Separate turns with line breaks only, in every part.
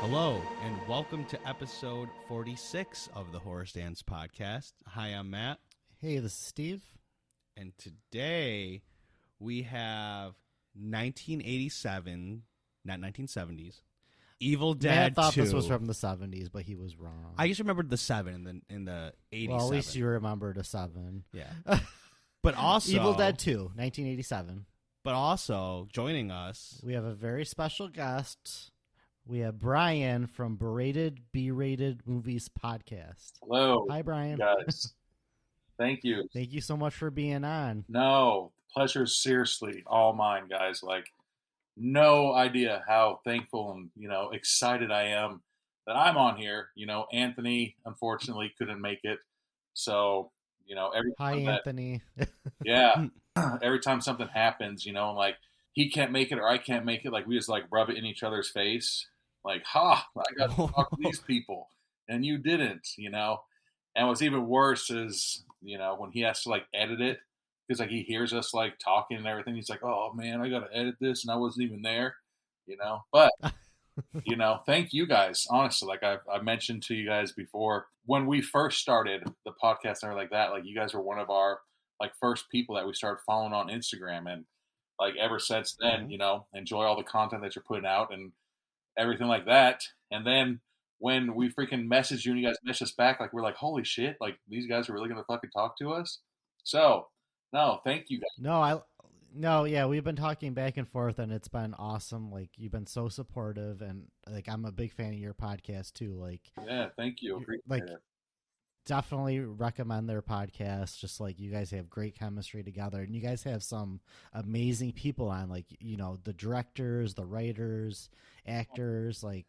Hello, and welcome to episode 46 of the Horror Dance Podcast. Hi, I'm Matt,
Hey, this is Steve.
and today we have 1987, not 1970s, Evil Dead
Matt thought
2.
this was from the seventies, but he was wrong.
I just remembered the 7 in the, in the 87.
well, at least you remembered a seven.
yeah. but also,
Evil Dead 2, 1987.
But also, joining us,
We have a very special guest. We have Brian from Berated B-rated Movies podcast.
Hello,
Hi, Brian.
guys. Thank you.
Thank you so much for being on.
No, the pleasure is seriously all mine, guys. Like, no idea how thankful and, you know, excited I am that I'm on here. You know, Anthony unfortunately couldn't make it. So, you know, every
Hi,
time that-
Anthony.
yeah, every time something happens, you know, and like he can't make it or I can't make it, like we just like rub it in each other's face. Like, ha, I got to talk to these people and you didn't, you know? And what's even worse is, you know, when he has to like edit it, because like he hears us like talking and everything, he's like, oh man, I got to edit this and I wasn't even there, you know? But, you know, thank you guys. Honestly, like I've, I mentioned to you guys before, when we first started the podcast and everything like that, like you guys were one of our like first people that we started following on Instagram. And like ever since then,
Mhm.
you know, enjoy all the content that you're putting out and everything like that. And then when we freaking message you and you guys message us back, like we're like, holy shit, like these guys are really gonna fucking talk to us. So no, thank you guys.
no, I no, yeah, we've been talking back and forth and it's been awesome. Like you've been so supportive and like I'm a big fan of your podcast too. Like
Yeah, thank you.
You're-
Appreciate
like,
it.
definitely recommend their podcast just like you guys have great chemistry together and you guys have some amazing people on like you know the directors the writers actors like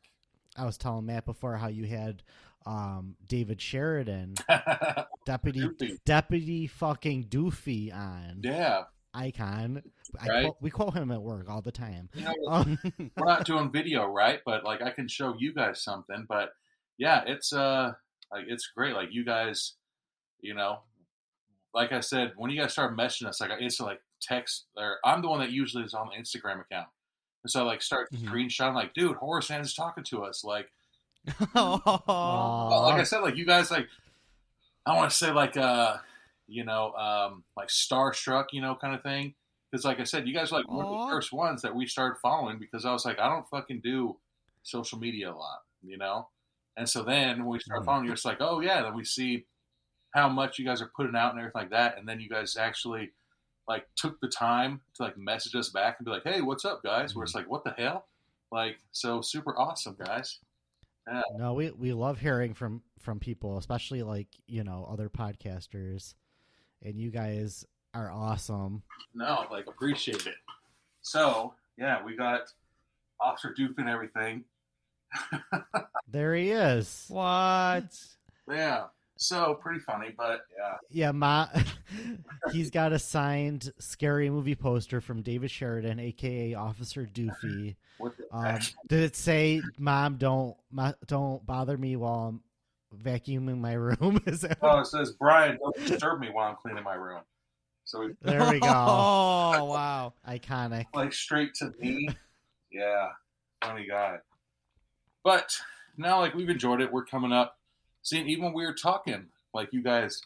i was telling matt before how you had um david sheridan deputy
Doofy.
deputy fucking doofy on
yeah.
icon I
Right.
quote, we quote him at work all the time
You know,
um,
we're not doing video, right? But like I can show you guys something. But yeah, it's uh like it's great. Like you guys, you know, like I said, when you guys start messaging us, like I instantly like text or I'm the one that usually is on the Instagram account. And so I like start
Mhm.
screenshotting like, dude, Horace Sands is talking to us. Like
oh,
Well, like I
Aw.
said, like you guys, like I want to say, like uh, you know, um, like starstruck, you know, kind of thing. Because, like I said, you guys were like one of
Aw.
the first ones that we started following because I was like, I don't fucking do social media a lot, you know. And so then when we start
Mhm.
following, you're just like, oh yeah, then we see how much you guys are putting out and everything like that, and then you guys actually like took the time to like message us back and be like, hey, what's up, guys? We're just like, what the hell? Like, so super awesome, guys.
no we we love hearing from from people especially like you know other podcasters and you guys are awesome
No, like appreciate it. So yeah, we got Officer Duke and everything.
there he is
what?
Yeah. So pretty funny, but yeah.
yeah ma he's got a signed scary movie poster from david sheridan aka officer doofy
What the
um,
heck?
did it say mom don't ma- don't bother me while i'm vacuuming my room is that
Oh, it says Brian, don't disturb me while I'm cleaning my room. So we
there we go
Oh, wow.
iconic
like straight to me. yeah. Funny guy. But now like we've enjoyed it. We're coming up. Seeing even when we were talking, like you guys,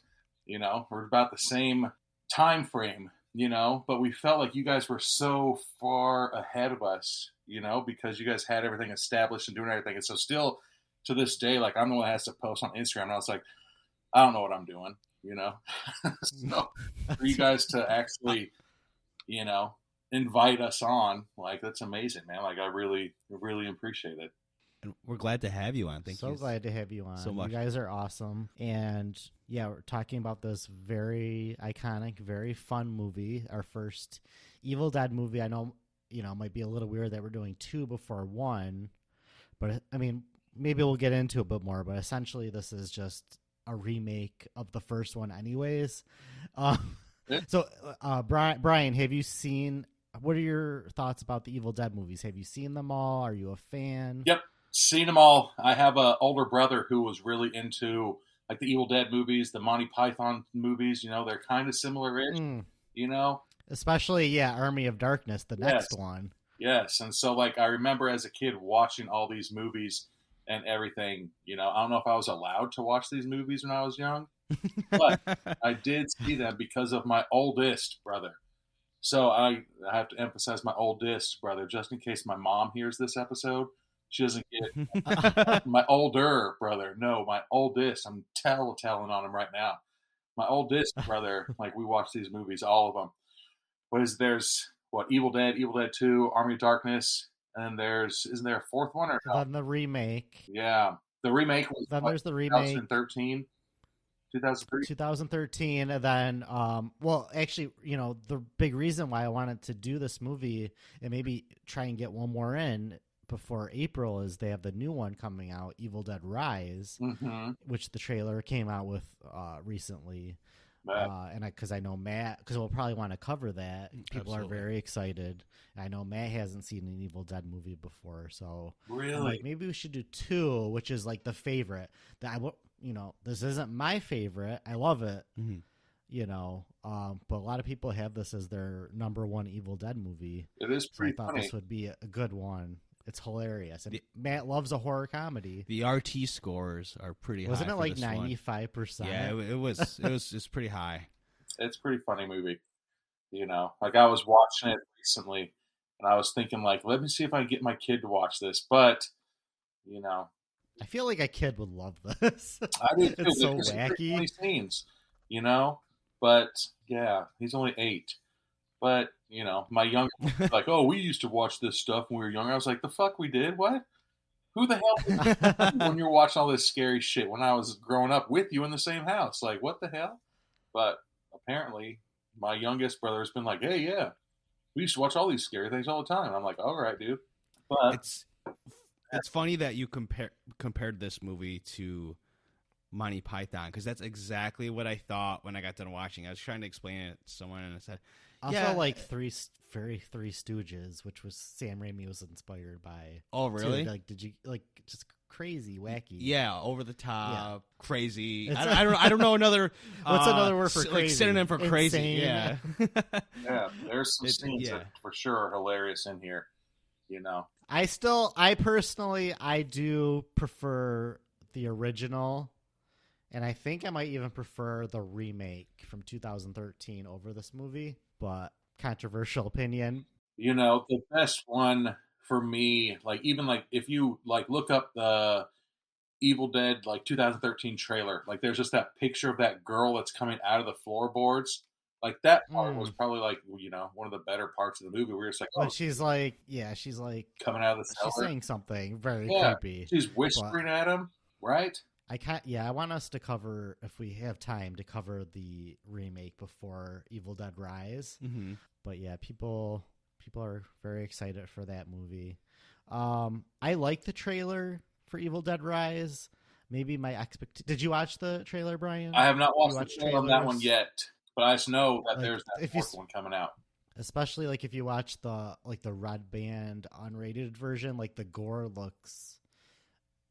you know, we're about the same time frame, you know, but we felt like you guys were so far ahead of us, you know, because you guys had everything established and doing everything. And so still to this day, like I'm the one that has to post on Instagram and I was like, I don't know what I'm doing, you know. so for you guys to actually, you know, invite us on, like that's amazing, man. Like I really, really appreciate it.
And we're glad to have you on. Thank
so
you.
glad to have you on.
so much.
You guys are awesome. And yeah, we're talking about this very iconic, very fun movie, our first Evil Dead movie. I know, you know, it might be a little weird that we're doing two before one, but I mean, maybe we'll get into it a bit more, but essentially this is just a remake of the first one anyways. Um,
Yeah.
so uh, Brian, Brian, have you seen what are your thoughts about the Evil Dead movies? Have you seen them all? Are you a fan?
Yep. Seen them all. I have a older brother who was really into like the Evil Dead movies, the Monty Python movies. You know, they're kind of similar-ish.
Mm.
You know,
Especially, yeah, Army of Darkness, the next
Yes.
one.
Yes, and so like I remember as a kid watching all these movies and everything. You know, I don't know if I was allowed to watch these movies when I was young, but I did see them because of my oldest brother. So I, I have to emphasize my oldest brother, just in case my mom hears this episode. She doesn't get it. my older brother. No, my oldest. I'm tell telling on him right now. My oldest brother. like we watch these movies, all of them. But is there's what Evil Dead, Evil Dead Two, Army of Darkness, and then there's isn't there a fourth one or no?
Then the remake.
Yeah, the remake was
Then
what,
there's the remake.
2013, 2003.
2013 and then um well actually you know the big reason why i wanted to do this movie and maybe try and get one more in before april is they have the new one coming out evil dead rise
Mm-hmm.
which the trailer came out with uh recently uh, and because I, know Matt, because we'll probably want to cover that. People
Absolutely.
are very excited. I know Matt hasn't seen an Evil Dead movie before, so I'm
really?
Like maybe we should do two, which is like the favorite. That I will, you know, this isn't my favorite. I love it,
Mhm.
you know. Um, but a lot of people have this as their number one Evil Dead movie.
It is
So I
pretty
thought
funny.
this would be a good one. It's hilarious, and
The-
Matt loves a horror comedy.
The RT scores are pretty
Wasn't
high.
it
for
like
this one.
ninety five percent?
Yeah, it, wa- it was. It was just pretty high.
it's a pretty funny movie. You know, like I was watching it recently, and I was thinking like, let me see if I can get my kid to watch this. But you know,
I feel like a kid would love this.
I did too.
It's so
There's some pretty
wacky.
funny scenes, you know. But yeah, he's only eight. But you know, my young like, oh, we used to watch this stuff when we were younger. I was like, the fuck we did? What? Who the hell? Did when you're watching all this scary shit when I was growing up with you in the same house. Like, what the hell? But apparently, my youngest brother has been like, hey, yeah, we used to watch all these scary things all the time. And I'm like, all right, dude. But
It's it's funny that you compare compared this movie to Monty Python because that's exactly what I thought when I got done watching. I was trying to explain it to someone and I said,
also,
Yeah.
like three s- very Three Stooges, which was Sam Raimi was inspired by.
"Oh,
too.
really?
Like, did you like just crazy, wacky?
Yeah, over the top, crazy.
It's-
I, don't- I don't. I don't know another.
What's
uh,
another word for
s- Like
crazy?
synonym for crazy.
Insane.
Yeah.
yeah, there's some
It-
scenes
yeah.
that for sure are hilarious in here, you know.
I still, I personally, I do prefer the original, and I think I might even prefer the remake from 2013 over this movie. But controversial opinion.
You know, the best one for me, like, even like if you like look up the Evil Dead like 2013 trailer, like, there's just that picture of that girl that's coming out of the floorboards. Like that part
Mm.
was probably like you know one of the better parts of the movie. We were just like, oh,
But she's like, yeah, she's like,
coming out of the
she's
cellar.
saying something very
Yeah.
creepy.
She's whispering at him, right?
I can't. Yeah, I want us to cover if we have time to cover the remake before Evil Dead Rise.
hmm
but yeah, people people are very excited for that movie. Um, I like the trailer for Evil Dead Rise. Maybe my expect. Did you watch the trailer, Brian?
I have not watched
watch
the trailer on that one
trailers?
yet, but I just know that
Like,
there's that
if you
fourth
s-
one coming out.
Especially like if you watch the like the red band unrated version, like the gore looks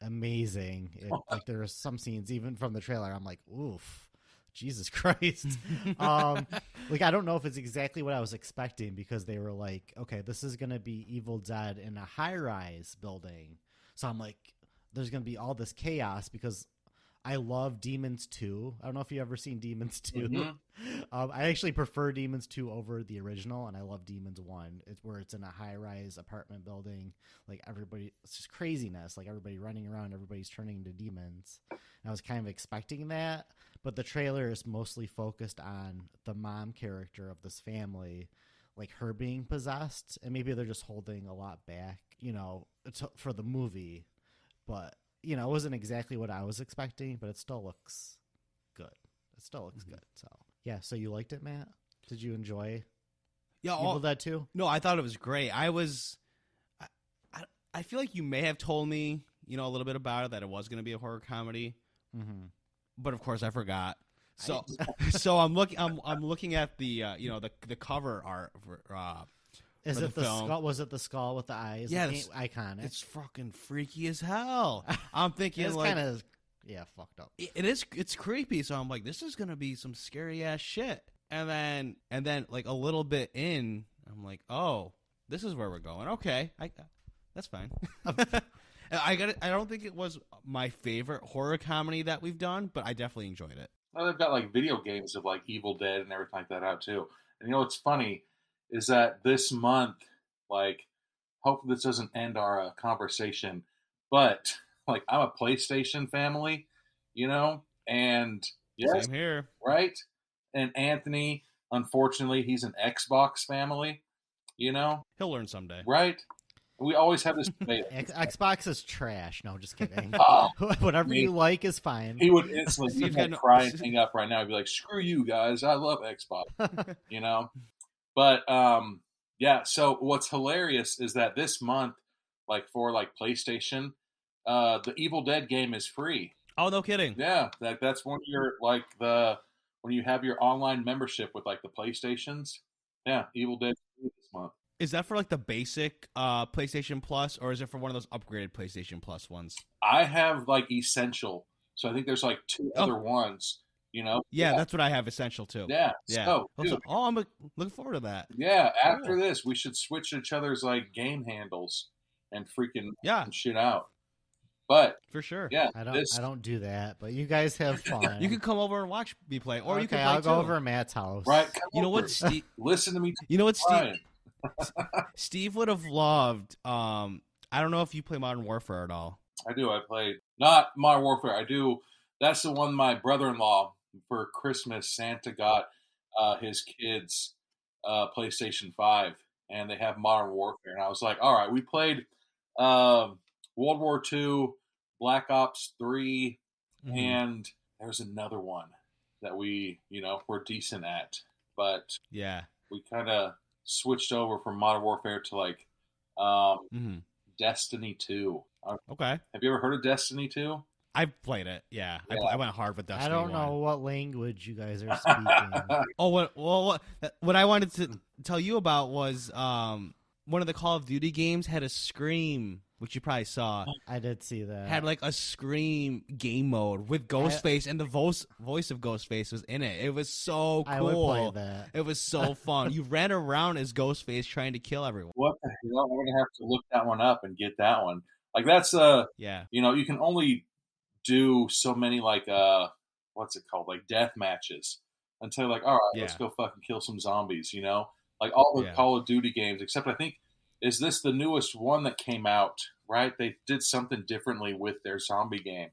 amazing. It,
Oh,
like there are some scenes even from the trailer. I'm like, oof, Jesus Christ.
Mm-hmm.
Um, like I don't know if it's exactly what I was expecting because they were like, okay, this is gonna be Evil Dead in a high rise building. So I'm like, there's gonna be all this chaos because I love Demons 2. I don't know if you ever seen Demons 2.
Mhm.
Um, I actually prefer Demons 2 over the original, and I love Demons 1. It's where it's in a high rise apartment building. Like everybody, it's just craziness. Like everybody running around, everybody's turning into demons. And I was kind of expecting that, but the trailer is mostly focused on the mom character of this family, like her being possessed, and maybe they're just holding a lot back, you know, to, for the movie. But you know, it wasn't exactly what I was expecting, but it still looks good. It still looks
Mhm.
good. So yeah, so you liked it, Matt? Did you enjoy
Yeah.
Evil
All,
Dead too?
No, I thought it was great. I was, I, I, I feel like you may have told me, you know, a little bit about it that it was going to be a horror comedy,
Mm-hmm.
but of course I forgot. So, so I'm looking, I'm, I'm looking at the, uh, you know, the the cover art. For, uh,
Is
For the
it the,
film.
skull? Was it the skull with the eyes?
Yeah,
Like,
it's-
iconic.
it's fucking freaky as hell. I'm thinking
it's
like.
kind of yeah, fucked up.
it- it is it's creepy so i'm like this is gonna be some scary ass shit and then and then like a little bit in i'm like oh this is where we're going okay i that's fine I got. I don't think it was my favorite horror comedy that we've done, but I definitely enjoyed it.
Now they've got like video games of like Evil Dead and everything like that out too. And you know what's funny is that this month, like, hopefully this doesn't end our uh, conversation, but like I'm a PlayStation family, you know, and yes,
Same here.
right. And Anthony, unfortunately, he's an Xbox family, you know,
He'll learn someday.
right? We always have this debate.
X- Xbox is trash. No, just kidding.
Oh,
Whatever
me.
you like is fine.
he would instantly he'd
Steve's got no-
cry and hang up right now. He'd be like, "Screw you guys, I love Xbox," you know. But um, yeah. So what's hilarious is that this month, like for like PlayStation, uh, the Evil Dead game is free.
Oh no, kidding.
Yeah, that that's one of your like the when you have your online membership with like the PlayStations. Yeah, Evil Dead is free this month.
Is that for like the basic uh PlayStation Plus, or is it for one of those upgraded PlayStation Plus ones?
I have like Essential, so I think there's like two
Oh.
other ones. You know.
Yeah, that's what I have. Essential too.
Yeah.
Yeah.
So, dude,
Also- oh, I'm uh, looking forward to that.
Yeah, after
Cool.
this, we should switch each other's like game handles and freaking
Yeah,
shit out. But
for sure.
yeah,
I don't.
this
I don't do that. But you guys have fun.
You can come over and watch me play, or
okay,
you can play
I'll go
too.
over to Matt's house.
right. come
You know
over.
what, Steve?
Listen to me,
You know what, Steve?
Brian.
Steve would have loved. Um, I don't know if you play Modern Warfare at all.
I do. I played not Modern Warfare. I do. That's the one my brother-in-law for Christmas. Santa got uh, his kids uh, PlayStation Five, and they have Modern Warfare. And I was like, all right, we played um World War II, Black Ops Three,
Mm-hmm.
and there's another one that we you know we're decent at but
Yeah.
we kind of switched over from modern warfare to like um
hmm
destiny 2 Uh,
Okay.
have you ever heard of destiny 2
I've played it. Yeah. I,
Yeah.
pl- I went hard with Destiny.
I
1.
don't know what language you guys are speaking.
Oh, what, well, what, what I wanted to tell you about was um, one of the Call of Duty games had a scream, which you probably saw,
I did see that.
had like a scream game mode with Ghostface, and the voice voice of Ghostface was in it. It was so cool.
I would play that.
It was so fun. you ran around as Ghostface trying to kill everyone.
what the hell i'm gonna have to look that one up and get that one like that's uh
Yeah.
you know you can only do so many like uh what's it called like death matches until you're like all right let's
Yeah.
go fucking kill some zombies you know like all the
Yeah.
call of duty games except i think is this the newest one that came out right they did something differently with their zombie game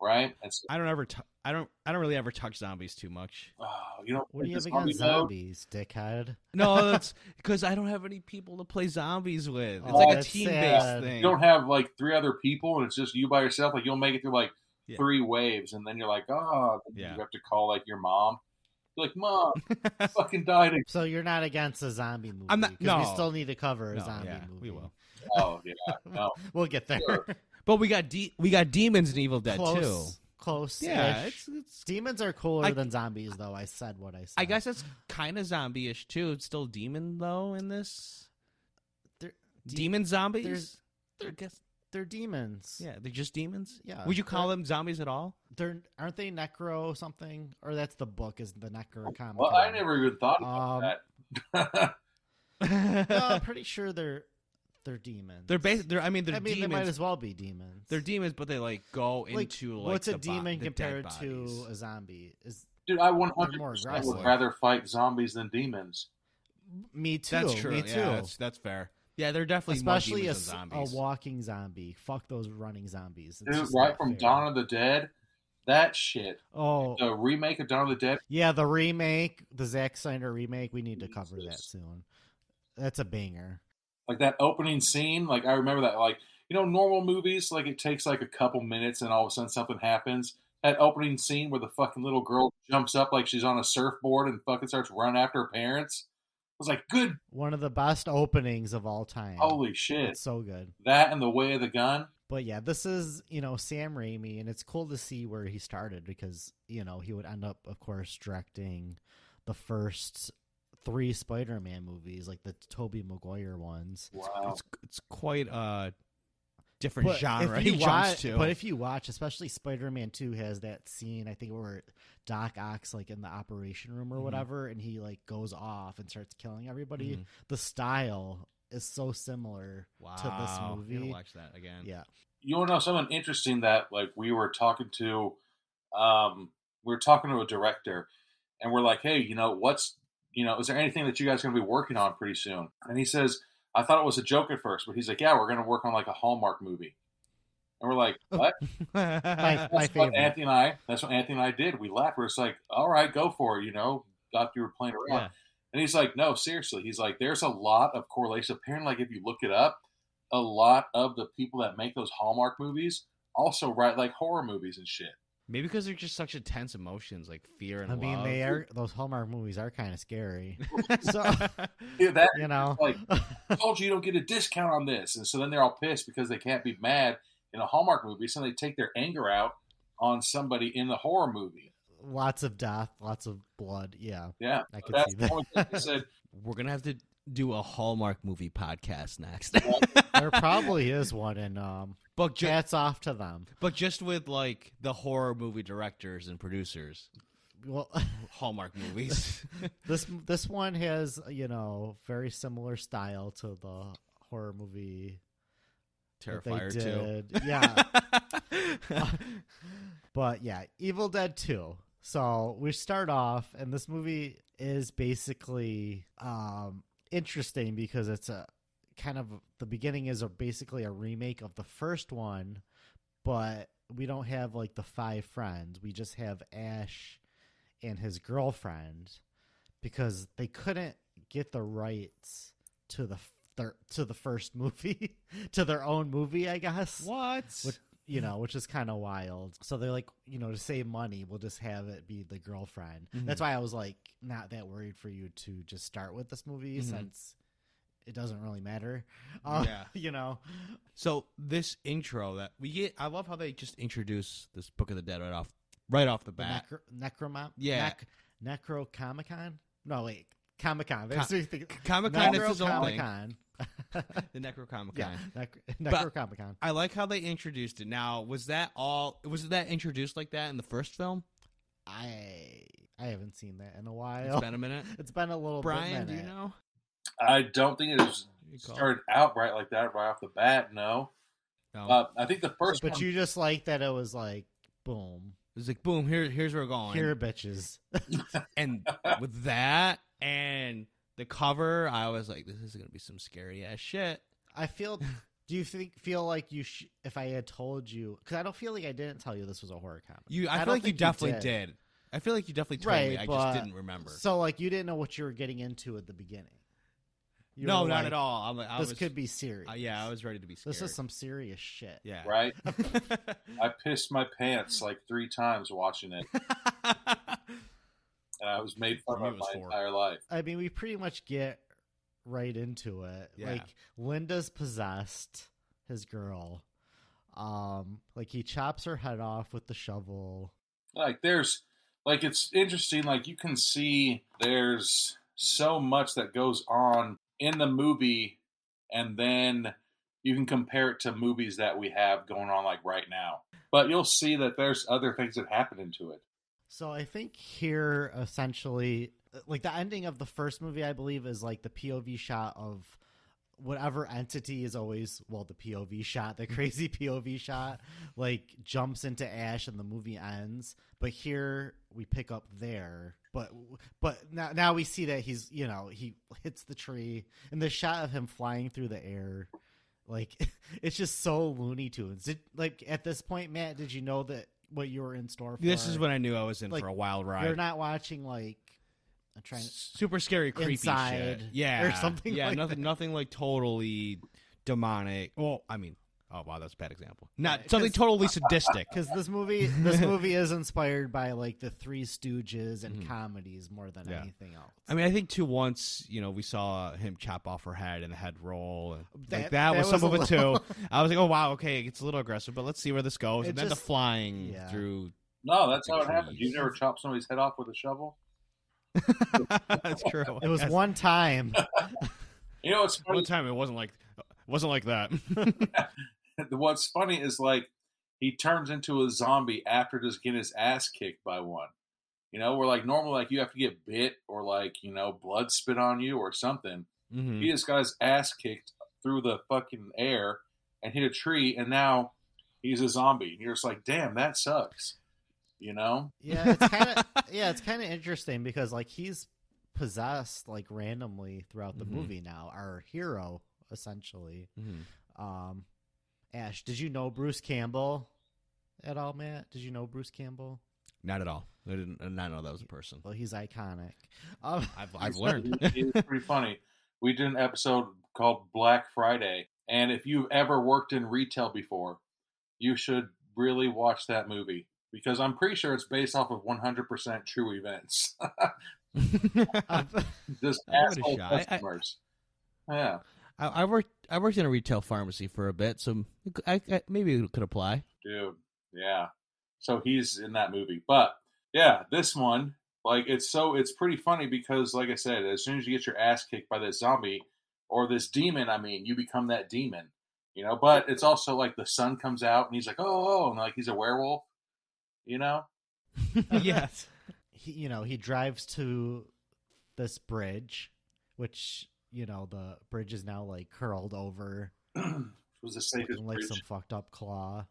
right and so,
I don't ever. T- I don't. I don't really ever touch zombies too much.
oh, you know
What do you
this
have against
zombie mode?
zombies, dickhead?
No, that's because I don't have any people to play zombies with. It's
Oh,
like a
that's
team based
sad.
thing.
you don't have like three other people and it's just you by yourself like you'll make it through like
Yeah.
three waves and then you're like oh then
Yeah.
you have to call like your mom you're like mom I fucking died again.
So you're not against a zombie movie?
I'm not-
'cause
no.
we still need to cover a
No,
zombie
yeah, we
movie.
will.
oh yeah no
We'll get there.
Sure.
But we got de- we got demons in Evil Dead
close, close.
too. Yeah, it's, it's
demons are cooler
I-
than zombies, though. I said what I said.
I guess that's kind of zombie-ish too. It's still demon though in this.
They're-
demon zombies.
there's-
I guess
they're demons.
yeah, they're just demons.
Yeah.
Would you call them zombies at all?
they're aren't they necro something? Or that's the book is the necro comic.
Well, I never even thought about
Um,
that.
No, I'm pretty sure they're they're demons.
they're bas- They're I mean they're
I mean,
demons.
they might as well be demons.
They're demons, but they like go
Like,
into like
What's a
the bo-
demon
the dead
compared
bodies.
to a zombie? Is
Dude, I 100%
They're more
would
aggressive.
rather fight zombies than demons.
me too.
That's true.
Me
yeah,
too.
that's, that's fair. Yeah, they're definitely
Especially
more
a,
demons than
s- a
zombies.
walking zombie. Fuck those running zombies. It's
Dude,
just
right
not
from
fair.
Dawn of the Dead, that shit.
Oh
The remake of Dawn of the Dead,
yeah, the remake, the Zack Snyder remake. We need to cover that
Jesus.
soon. That's a banger.
like that opening scene, like I remember that. Like, you know, normal movies, like it takes like a couple minutes and all of a sudden something happens. That opening scene where the fucking little girl jumps up like she's on a surfboard and fucking starts running after her parents. I was like, good,
One of the best openings of all time.
holy shit.
it's so good.
That and The Way of the Gun.
But yeah, this is, you know, Sam Raimi, and it's cool to see where he started because, you know, he would end up, of course, directing the first three Spider Man movies, like the Tobey Maguire ones.
Wow.
It's it's quite a different genre.
If you
he
watch,
jumps to.
but if you watch, especially Spider Man Two has that scene, I think, where Doc Ock's like in the operation room
Mhm.
or
Mm-hmm.
whatever, and he like goes off and starts killing everybody.
Mhm.
The style is so similar
Wow.
to this
I'm gonna
movie.
watch that again.
Yeah.
you want to know something interesting that like we were talking to um we were talking to a director and we're like hey you know what's you know is there anything that you guys are going to be working on pretty soon and he says i thought it was a joke at first but he's like yeah we're going to work on like a hallmark movie and we're like what
My,
Oh, my
that's what
favorite.
anthony and i that's what anthony and i did we laughed we're just like all right go for it you know thought you were playing around
yeah.
and he's like, no, seriously. He's like, there's a lot of correlation. Apparently, like if you look it up, a lot of the people that make those Hallmark movies also write like horror movies and shit.
Maybe because they're just such intense emotions, like fear and
I mean,
love.
they are those Hallmark movies are kind of scary, so
Yeah, that
you know.
like told you you don't get a discount on this, and so then they're all pissed because they can't be mad in a Hallmark movie, so they take their anger out on somebody in the horror movie.
lots of death, lots of blood. Yeah,
Yeah,
I can
that's
see
the
that.
only thing they said.
We're gonna have to do a Hallmark movie podcast next.
There probably is one, and um,
But ju-
hats off to them.
but just with like the horror movie directors and producers,
Well,
Hallmark movies.
this this one has you know very similar style to the horror movie that they
Terrifier too.
did. Yeah, but yeah, Evil Dead 2. So we start off, and this movie is basically um, interesting because it's a kind of the beginning is a, basically a remake of the first one, but we don't have like the five friends. We just have Ash and his girlfriend because they couldn't get the rights to the f- their, to the first movie to their own movie, I guess
what?
What- you know, which is kind of wild. So they're like, you know, to save money, we'll just have it be the girlfriend.
Mhm.
That's why I was like, not that worried for you to just start with this movie
Mhm.
since it doesn't really matter. Uh,
Yeah.
You know,
So this intro that we get, I love how they just introduce this Book of the Dead right off, right off the
the
bat.
necro- necromop.
Yeah.
Nec- Necro Comic Con? No, wait. Comic Con.
Co- Comic Con is
Necro
his own
Comic
thing.
Con.
The Necro Comic Con.
Yeah. Necro Comic Con.
I like how they introduced it. Now, was that all? Was that introduced like that in the first film?
I I haven't seen that in a
It's
while.
been a minute.
It's been a little
Brian,
bit
do you
minute.
know?
Uh,
I don't think it was
You call it.
started out right like that right off the bat. No,
No.
uh, I think the first
but
one
you just like that it was like boom
It's like boom. Here, here's where we're going.
here bitches
And with that and the cover, I was like, this is gonna be some scary ass shit.
i feel do you think feel like you sh- if i had told you because i don't feel like i didn't tell you this was a horror comic
You, I,
I
feel
don't
like you
think you
definitely
did.
did. I feel like you definitely told me.
Right,
I
but-
just didn't remember.
so like you didn't know what you were getting into at the beginning You
no,
were
not
like,
at all. I'm, like, I
this
was,
could be serious
Uh, yeah, I was ready to be scared.
this is some serious shit
Yeah.
right. I pissed my pants like three times watching it. and I was made
For
fun
me,
of
it
my
was four.
entire life.
i mean we pretty much get right into it
Yeah.
like linda's possessed his girl um like he chops her head off with the shovel
Like there's like it's interesting, like you can see there's so much that goes on in the movie and then you can compare it to movies that we have going on like right now. But you'll see that there's other things that happen into it.
So I think here essentially like the ending of the first movie I believe is like the POV shot of whatever entity is always well the POV shot, the crazy POV shot like jumps into ash and the movie ends. But here we pick up there but but now now we see that he's you know he hits the tree and the shot of him flying through the air like it's just so Looney Tunes. Did, like at this point, Matt, did you know that what you were in store for?
this is when I knew I was in
Like,
for a wild ride.
You're not watching like I'm trying to
super scary, creepy
Inside
shit. Yeah,
or something
Yeah,
like
nothing,
that.
nothing like totally demonic. Well, I mean, oh wow, that's a bad example. Not
Yeah,
something
'cause-
totally sadistic.
because this movie this movie is inspired by like the Three Stooges and
Mhm.
comedies more than
Yeah.
anything else.
I mean, I think too. Once you know, we saw him chop off her head and the head roll. And, like
That-
that,
that
was,
was
some
a
of it
little-
too. I was like, oh wow, okay, it gets a little aggressive, but let's see where this goes.
It
and then the
just-
flying
yeah.
through.
No, that's how it happens.
Jeez.
You've never chopped somebody's head off with a shovel.
that's true. I
It was
guess.
one time.
You know what's funny
one time. It wasn't like it wasn't like that. Mm-hmm.
what's funny is like he turns into a zombie after just getting his ass kicked by one. You know, where like normally like you have to get bit or like, you know, blood spit on you or something.
hmm
He just got his ass kicked through the fucking air and hit a tree, and now he's a zombie. And you're just like, damn, that sucks. You know?
Yeah, it's kind of yeah, it's kind of interesting because like he's possessed like randomly throughout the
Mm-hmm.
Mhm.
movie now. Our hero essentially.
hmm
Um, Ash, did you know Bruce Campbell at all, Matt? Did you know Bruce Campbell?
Not at all. I didn't I did not know that was a person.
Well, he's iconic. Um,
I've I've learned.
it's pretty funny. We did an episode called Black Friday, and if you've ever worked in retail before, you should really watch that movie because I'm pretty sure it's based off of 100% true events.
I,
uh,
Just
I'll give it a
asshole
shot. I- I-
customers. yeah,
I worked I worked in a retail pharmacy for a bit, so I, I maybe it could apply.
dude. Yeah. So he's in that movie, but yeah, this one, like, it's so it's pretty funny because, like I said, as soon as you get your ass kicked by this zombie or this demon, I mean, you become that demon, you know. But it's also like the sun comes out and he's like, oh, oh," and like he's a werewolf, you know.
yes.
he, you know, he drives to this bridge, which you know the bridge is now like curled over,
it was the safest
looking like
bridge.
some fucked up claw.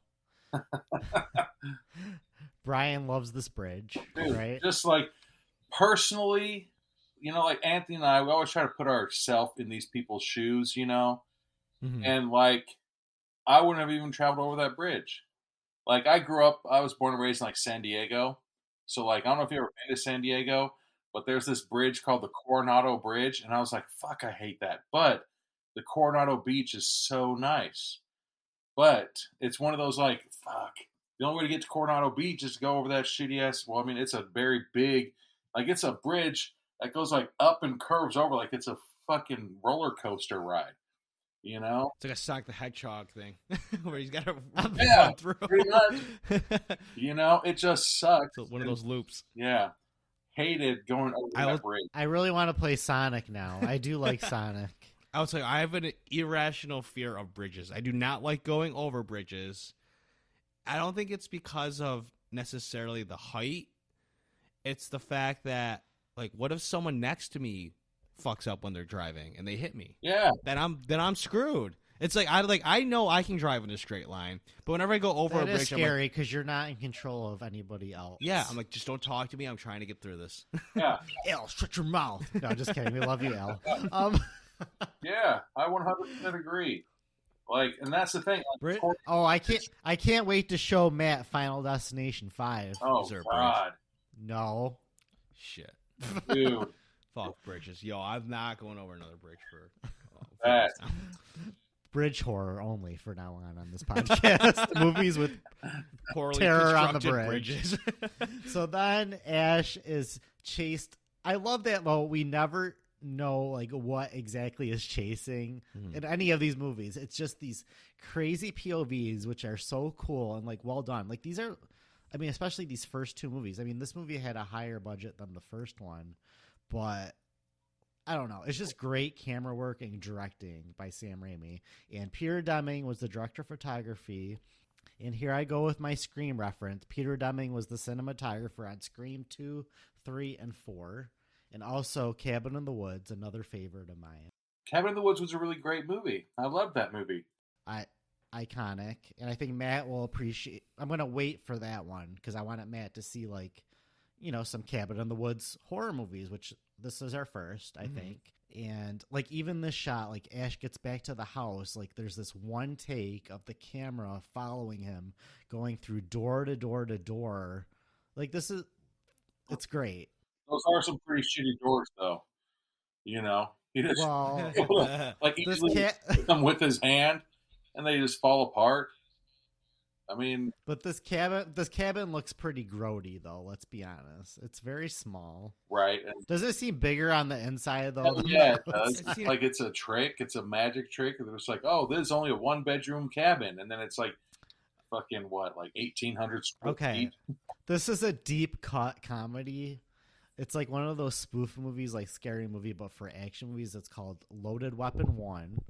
Brian loves this bridge,
Dude,
right?
Just like personally, you know, like Anthony and I, we always try to put ourselves in these people's shoes, you know.
Mm-hmm.
Mhm.
and like I wouldn't have even traveled over that bridge. Like I grew up, I was born and raised in like San Diego, so like I don't know if you ever been to San Diego, but there's this bridge called the Coronado Bridge, and I was like, fuck, I hate that, but the Coronado Beach is so nice, but it's one of those like fuck. The only way to get to Coronado Beach is to go over that shitty ass. Well, I mean, it's a very big, like it's a bridge that goes like up and curves over, like it's a fucking roller coaster ride, you know.
It's like a Sonic the Hedgehog thing where he's got to
Yeah,
run through.
pretty much.
it's
You know, it just sucks.
one of those loops.
Yeah. Hated going over
I
that
was-
bridge.
I really want to play Sonic now. I do like Sonic.
I would say I have an irrational fear of bridges. I do not like going over bridges. I don't think it's because of necessarily the height. It's the fact that like what if someone next to me fucks up when they're driving and they hit me?
Yeah.
Then I'm then I'm screwed. It's like I like I know I can drive in a straight line, but whenever I go over
That
a
is
bridge, I'm like,
scary because you're not in control of anybody else.
yeah, I'm like just don't talk to me. I'm trying to get through this.
Yeah.
L, shut your mouth.
no, just kidding. We love you, Al. Um,
Yeah. I 100% agree. Like, and that's the thing. Like,
Brit-
Cor-
oh, I can't. I can't wait to show Matt Final Destination Five.
oh,
Is there a
God.
No,
Shit.
Dude.
Fuck bridges. Yo, I'm not going over another bridge for. oh, for
That.
this now.
bridge horror only for now on on this podcast. Movies with
Poorly
Terror on the
constructed
bridge.
bridges.
so then Ash is chased. I love that though. We never know like what exactly is chasing
Mhm.
in any of these movies. It's just these crazy POVs which are so cool and like well done. Like these are I mean especially these first two movies. I mean this movie had a higher budget than the first one, but I don't know. It's just great camera work and directing by Sam Raimi. And Peter Deming was the director of photography. And here I go with my Scream reference. Peter Deming was the cinematographer on Scream 2, 3, and 4. And also Cabin in the Woods, another favorite of mine.
Cabin in the Woods was a really great movie. I loved that movie.
I iconic, and I think Matt will appreciate. I'm gonna wait for that one because I wanted Matt to see like, you know, some Cabin in the Woods horror movies, which this is our 1st I
Mhm.
think. And like even this shot, like Ash gets back to the house, like there's this one take of the camera following him, going through door to door to door. Like this is, it's great.
Those are some pretty shitty doors, though. You know, he just,
Well,
like,
this
easily
cat.
hit them with his hand and they just fall apart. I mean,
But this cabin, this cabin looks pretty grody, though. Let's be honest; it's very small.
right. And
Does it seem bigger on the inside though? than
yeah, it
the
does.
outside?
It's like it's a trick. It's a magic trick. They're just like, oh, this is only a one bedroom cabin, and then it's like, fucking what, like eighteen hundred square
Okay,
feet.
this is a deep cut comedy. It's like one of those spoof movies, like scary movie, but for action movies. It's called Loaded Weapon One.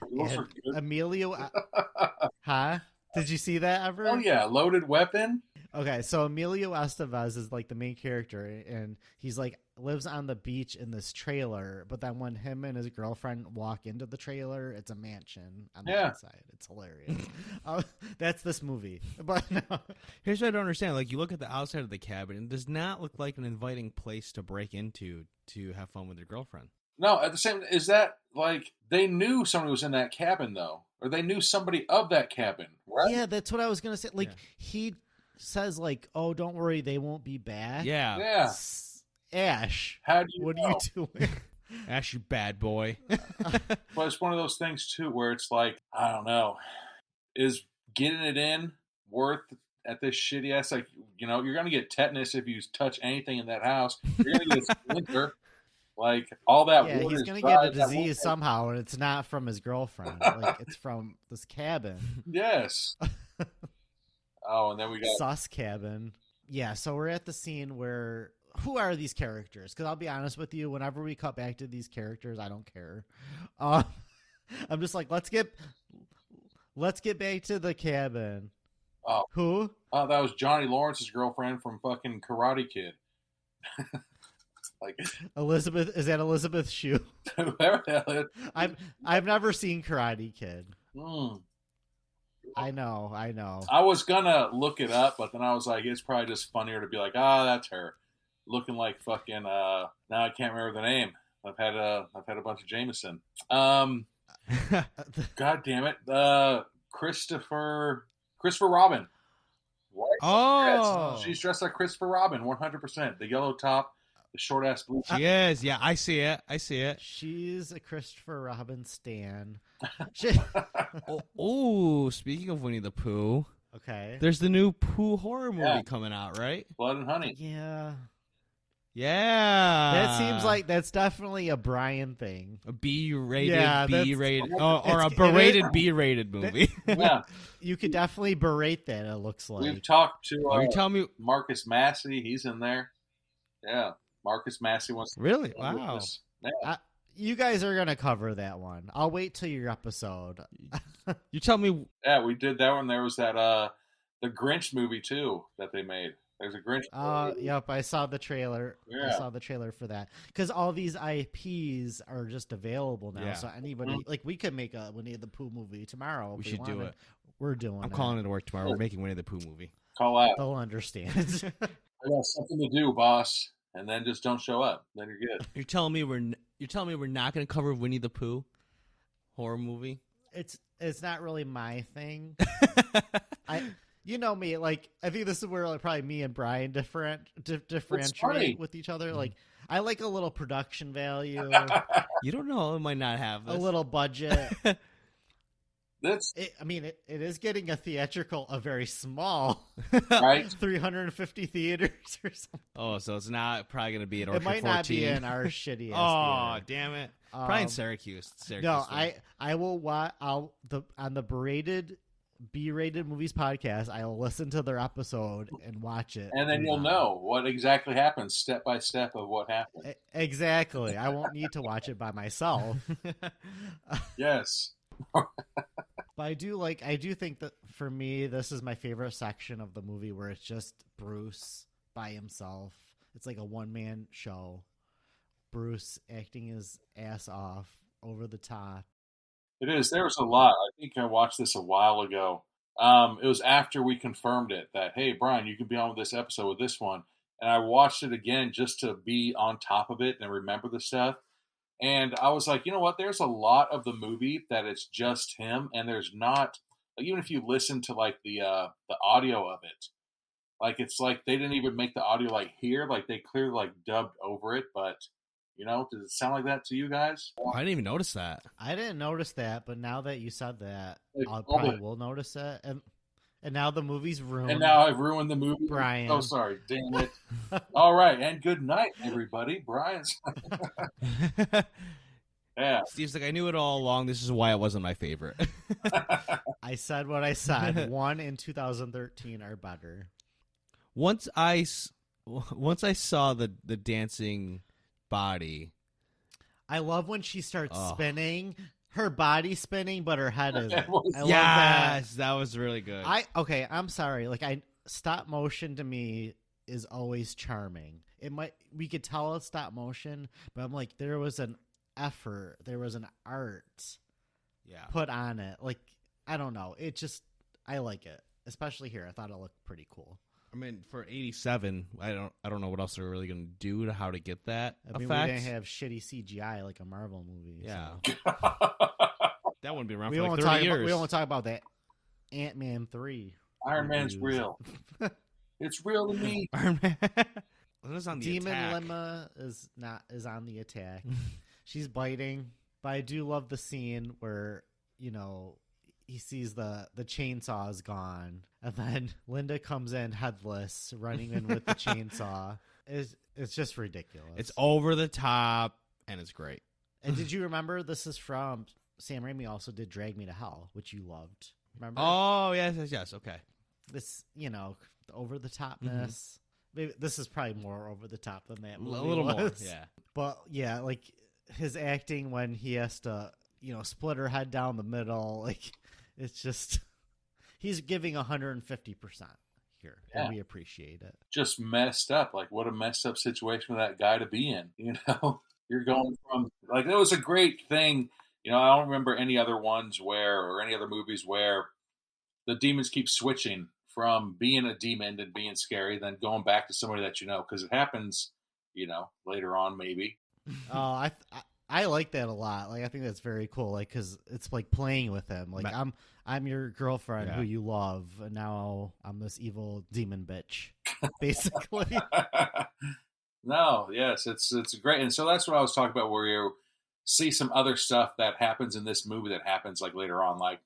Those
And
are good.
Emilio, huh? Did you see that ever?
Oh yeah, Oh, loaded weapon.
Okay, so Emilio Estevez is like the main character, and he's like lives on the beach in this trailer. But then when him and his girlfriend walk into the trailer, it's a mansion on the
Yeah.
outside. It's hilarious. uh, that's this movie, but no.
Here's what I don't understand. Like you look at the outside of the cabin, it does not look like an inviting place to break into to have fun with your girlfriend.
No, at the same is that like they knew somebody was in that cabin though, or they knew somebody of that cabin, right?
yeah, that's what I was gonna say. Like
Yeah.
he says, like, "Oh, don't worry, they won't be back."
Yeah.
Yeah.
S- Ash,
How do you?
what
know?
are you doing?
Ash, you bad boy.
But it's one of those things too, where it's like I don't know, is getting it in worth at this shitty ass? Like you know, you're gonna get tetanus if you touch anything in that house. You're gonna get a splinter. Like all that.
yeah,
wood
he's
is
gonna
dry,
get a
that won't-
disease somehow, and it's not from his girlfriend. like it's from this cabin.
Yes. oh, and then we got
sus cabin. Yeah, so we're at the scene where who are these characters? Because I'll be honest with you, whenever we cut back to these characters, I don't care. Uh, I'm just like, let's get let's get back to the cabin.
Oh.
Who?
oh, that was Johnny Lawrence's girlfriend from fucking Karate Kid. like
Elizabeth is that Elizabeth Shue?
whoever the hell it-
I've I've never seen Karate Kid.
Mm.
I know, I know.
I was gonna look it up, but then I was like, it's probably just funnier to be like, ah, that's her, looking like fucking. Uh, now I can't remember the name. I've had a, I've had a bunch of Jameson. Um, God damn it, uh, Christopher, Christopher Robin. What?
oh,
Yes, she's dressed like Christopher Robin, one hundred percent. The yellow top, the short ass blue.
she is. Yeah, I see it. I see it.
She's a Christopher Robin stan. She-
Oh, oh, speaking of Winnie the Pooh,
okay.
there's the new Pooh horror movie
Yeah.
coming out, right?
Blood and honey.
Yeah.
Yeah.
That seems
Uh.
like that's definitely a Brian thing.
a B-rated,
Yeah, that's-
B-rated, or, or a
It's- it
berated
is-
B-rated movie.
Yeah,
You could definitely berate that. It looks
we've
like
talked to
Are
uh,
you telling me?
Marcus Massey. He's in there. Yeah, Marcus Massey wants. To
Really? Wow.
Yeah.
you guys are gonna cover that one. I'll wait till your episode.
You tell me
Yeah, we did that one. There was that uh the Grinch movie too that they made. There's a Grinch.
Uh,
movie.
yep, I saw the trailer.
Yeah.
I saw the trailer for that because all these IPs are just available now.
Yeah.
So anybody, like, we could make a Winnie the Pooh movie tomorrow.
We
if
should do
wanted.
it.
We're doing.
I'm
it.
calling it work tomorrow. We're making Winnie the Pooh movie.
Call out.
They'll understand.
I got something to do, boss. And then just don't show up. Then you're good.
You're telling me we're n- you're telling me we're not going to cover Winnie the Pooh horror movie?
it's it's not really my thing. I you know me like I think this is where like, probably me and Brian different di- differentiate with each
Mm-hmm.
other. Like I like a little production value, a
you don't know. It might not have this.
little budget.
That's
It, I mean, it, it is getting a theatrical, a very small,
Right.
three hundred and fifty theaters or something.
Oh, so it's not probably going to be at Orchard
it might not be
14.
in our shitty.
Oh, damn it! Probably in
Um,
Syracuse. Syracuse
No,
though.
I I will watch. I'll the on the berated, B-rated movies podcast. I will listen to their episode and watch it,
and then you'll know what exactly happens, step by step of what happened.
E- Exactly. I won't need to watch it by myself.
Yes.
But I do like. I do think that for me, this is my favorite section of the movie where it's just Bruce by himself. It's like a one man show. Bruce acting his ass off, over the top.
It is. There was a lot. I think I watched this a while ago. Um, it was after we confirmed it that hey, Brian, you can be on with this episode with this one, and I watched it again just to be on top of it and remember the stuff. And I was like, you know what? There's a lot of the movie that it's just him, and there's not like, even if you listen to like the uh, the audio of it, like it's like they didn't even make the audio like here, like they clearly like dubbed over it. But you know, does it sound like that to you guys?
I didn't even notice that.
I didn't notice that, but now that you said that,
Like,
I
all the-
probably will notice it. And and now the movie's ruined.
And now I've ruined the movie.
Brian.
Oh, sorry. Damn it. All right. And good night, everybody. Brian's. Yeah.
Steve's like, I knew it all along. This is why it wasn't my favorite.
I said what I said. one in 2013 are better.
once I s- once I saw the the dancing body,
I love when she starts
Oh.
spinning, her body spinning, but her head isn't. I love
yes, that. was really good.
that. I okay. I'm sorry. Like I, stop motion to me is always charming. It might we could tell it's stop motion, but I'm like there was an effort, there was an art
Yeah.
put on it. Like I don't know, it just I like it, especially here. I thought it looked pretty cool.
I mean, for '87, I don't, I don't know what else they're really gonna do to how to get that
I mean,
effect.
we didn't have shitty CGI like a Marvel movie.
Yeah.
so.
that wouldn't be around
we
for like
won't
30
talk. About,
years.
we won't talk about that. Ant Man three.
Iron Man's
Jeez.
real. It's real to me.
Iron Man. Well, that's on the
Demon
attack.
Lemma is not is on the attack. She's biting, but I do love the scene where you know he sees the the chainsaw is gone, and then Linda comes in headless, running in with the chainsaw. It's it's just ridiculous.
It's over the top, and it's great.
and did you remember this is from Sam Raimi? Also did Drag Me to Hell, which you loved. Remember?
Oh yes, yes, yes. Okay.
this you know over the topness. Maybe this is probably more over the top than that.
Mm-hmm. A
Movie
little more.
was.
Yeah.
But yeah, like his acting when he has to, you know, split her head down the middle, like it's just he's giving 150% here.
Yeah.
And we appreciate it.
Just messed up. Like what a messed up situation for that guy to be in. You know, you're going from like that was a great thing. You know, I don't remember any other ones where or any other movies where the demons keep switching from being a demon and being scary, then going back to somebody that you know because it happens. You know, later on maybe.
Oh, I, I I like that a lot. Like I think that's very cool like cuz it's like playing with him. Like
Ma-
I'm I'm your girlfriend
Yeah.
who you love and now I'm this evil demon bitch basically.
no, yes, it's it's great, and so that's what I was talking about. Where you see some other stuff that happens in this movie that happens like later on. Like,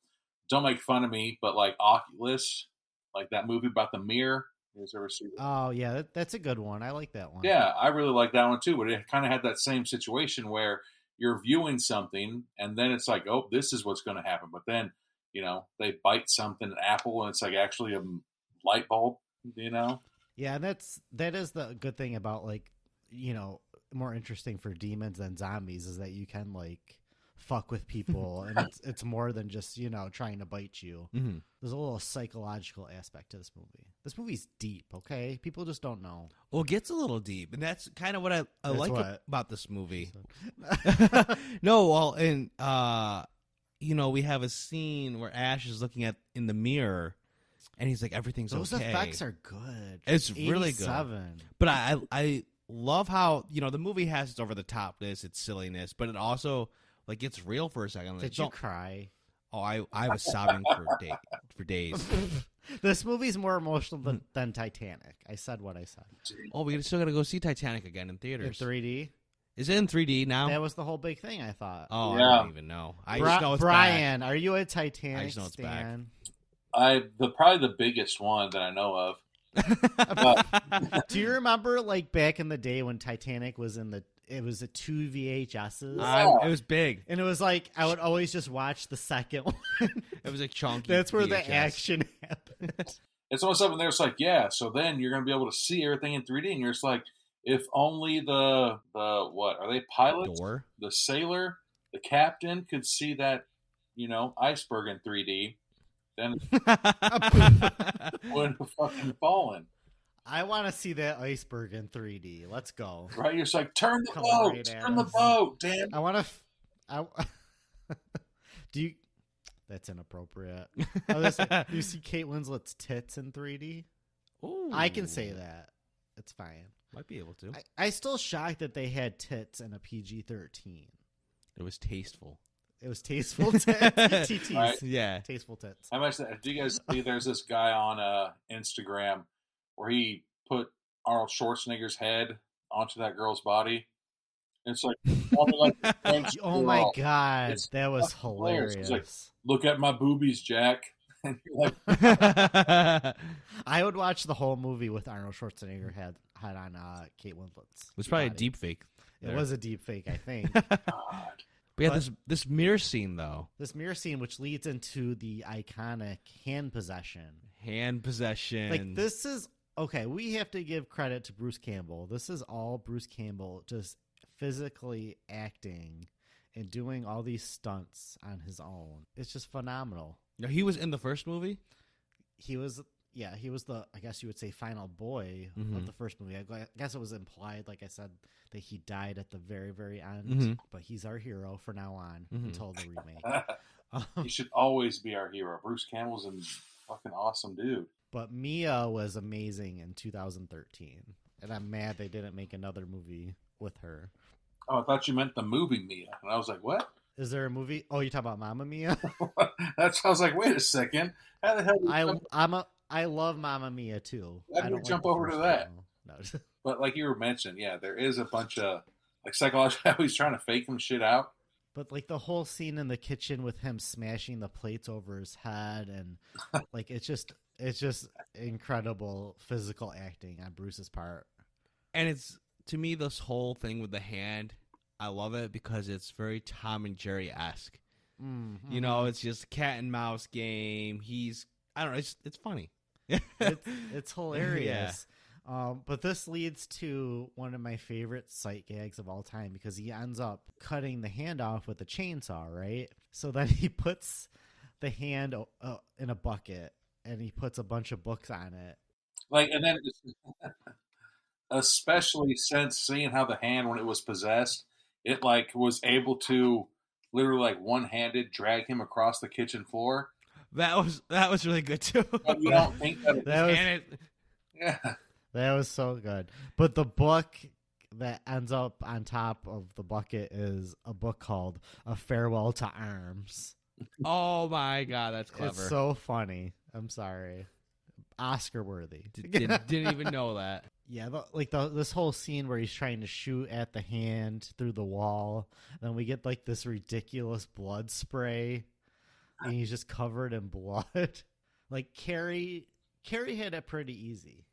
don't make fun of me, but like Oculus, like that movie about the mirror. You guys ever seen? that?
oh, yeah, that, that's a good one. I like that one.
Yeah, I really like that one too. But it kind of had that same situation where you're viewing something, and then it's like, oh, this is what's going to happen. But then, you know, they bite something, an apple, and it's like actually a light bulb. You know,
Yeah, and that's that is the good thing about like you know more interesting for demons than zombies is that you can like fuck with people and it's it's more than just you know trying to bite you.
Mm-hmm.
There's a little psychological aspect to this movie. This movie's deep, okay? People just don't know.
Well, it gets a little deep, and that's kind of what I, I
That's
like
what-
about this movie.
So-
no, well, and uh, you know, we have a scene where Ash is looking at in the mirror, and he's like, "Everything's
Those
okay."
effects are good.
It's really good.
87.
but I, I I love how you know the movie has its over the topness, its silliness, but it also like gets real for a second. Like,
Did you
don't-
cry?
oh, I I was sobbing for day, for days.
this movie's more emotional than, than Titanic. I said what I said.
Oh, we still gotta go see Titanic again in
In
theaters.
3D.
Is it in 3D now?
That was the whole big thing, I thought.
oh, I
Yeah.
don't even know. Um, I
Bri-
just know it's back.
Brian, are you a Titanic
I just know it's back.
stan?
I the probably the biggest one that I know of.
Do you remember like back in the day when Titanic was in the it was a two VHSs?
I- it was big.
and it was like I would always just watch the second one.
It was a chunky.
That's where the
VHS.
action happened.
it's almost something there. It's like, yeah. So then you're going to be able to see everything in 3D, and you're just like, if only the the what are they pilots,
door.
the sailor, the captain could see that, you know, iceberg in 3D, then it wouldn't have fucking fallen,
I want to see that iceberg in 3D. Let's go.
right? You're just like, turn the
Come
boat,
right at
turn the
us.
boat, damn.
I want to. F- I. Do you? That's inappropriate. I was gonna say, do you see Kate Winslet's tits in 3D? I can say that. It's fine.
Might be able to.
I, I still shocked that they had tits in a PG thirteen.
It was tasteful.
It was tasteful tits. TTs.
Right.
Yeah.
Tasteful tits.
How much? that- Do you guys see? There's this guy on uh, Instagram where he put Arnold Schwarzenegger's head onto that girl's body. It's like, like Thank you
Oh my
all.
god,
It's
that was
fucking hilarious.
hilarious.
It's like- look at my boobies, Jack. And you're like,
it
I would watch the whole movie with Arnold Schwarzenegger had had on uh, Kate Winslet's.
was probably a
body.
deep fake.
It was a deep fake, I think.
God.
But yeah,
But-
this this mirror scene though,
this mirror scene, which leads into the iconic hand possession.
hand possession.
Like this is okay. We have to give credit to Bruce Campbell. This is all Bruce Campbell just physically acting and doing all these stunts on his own. It's just phenomenal.
No, he was in the first movie.
He was yeah, he was the I guess you would say final boy
Mhm.
of the first movie. I gu- guess it was implied, like I said, that he died at the very very end,
Mhm.
but he's our hero for now on
Mhm.
until the remake.
he
um,
should always be our hero. Bruce Campbell's a fucking awesome dude.
but Mia was amazing in 2013, and I'm mad they didn't make another movie with her.
Oh, I thought you meant the movie Mia, and I was like, what?
Is there a movie? Oh, you talk about Mamma Mia?
That's I was like, wait a second, how the hell? Did
I I'm a I love Mamma Mia too.
Why did
I
we
don't like
jump
the
over to
first
that?
one, though. No,
But like you were mentioning, yeah, there is a bunch of like psychological. He's trying to fake him shit out.
But like the whole scene in the kitchen with him smashing the plates over his head and like it's just it's just incredible physical acting on Bruce's part.
And it's to me this whole thing with the hand. I love it because it's very Tom and Jerry esque.
Mm-hmm.
You know, it's just cat and mouse game. He's I don't know. It's it's funny.
it's, it's hilarious. Um, but this leads to one of my favorite sight gags of all time because he ends up cutting the hand off with a chainsaw, right? So then he puts the hand o- uh, in a bucket and he puts a bunch of books on it.
Like, and then especially since seeing how the hand when it was possessed, it like was able to literally like one handed drag him across the kitchen floor.
that was that was really good too.
But you don't think that? It,
That was
and it,
yeah,
That was so good. But the book that ends up on top of the bucket is a book called A Farewell to Arms.
oh my god, that's clever.
It's so funny. I'm sorry. Oscar worthy.
D- didn't, didn't even know that.
Yeah, the, like the, this whole scene where he's trying to shoot at the hand through the wall, then we get like this ridiculous blood spray, and he's just covered in blood. Like Carrie, Carrie had it pretty easy.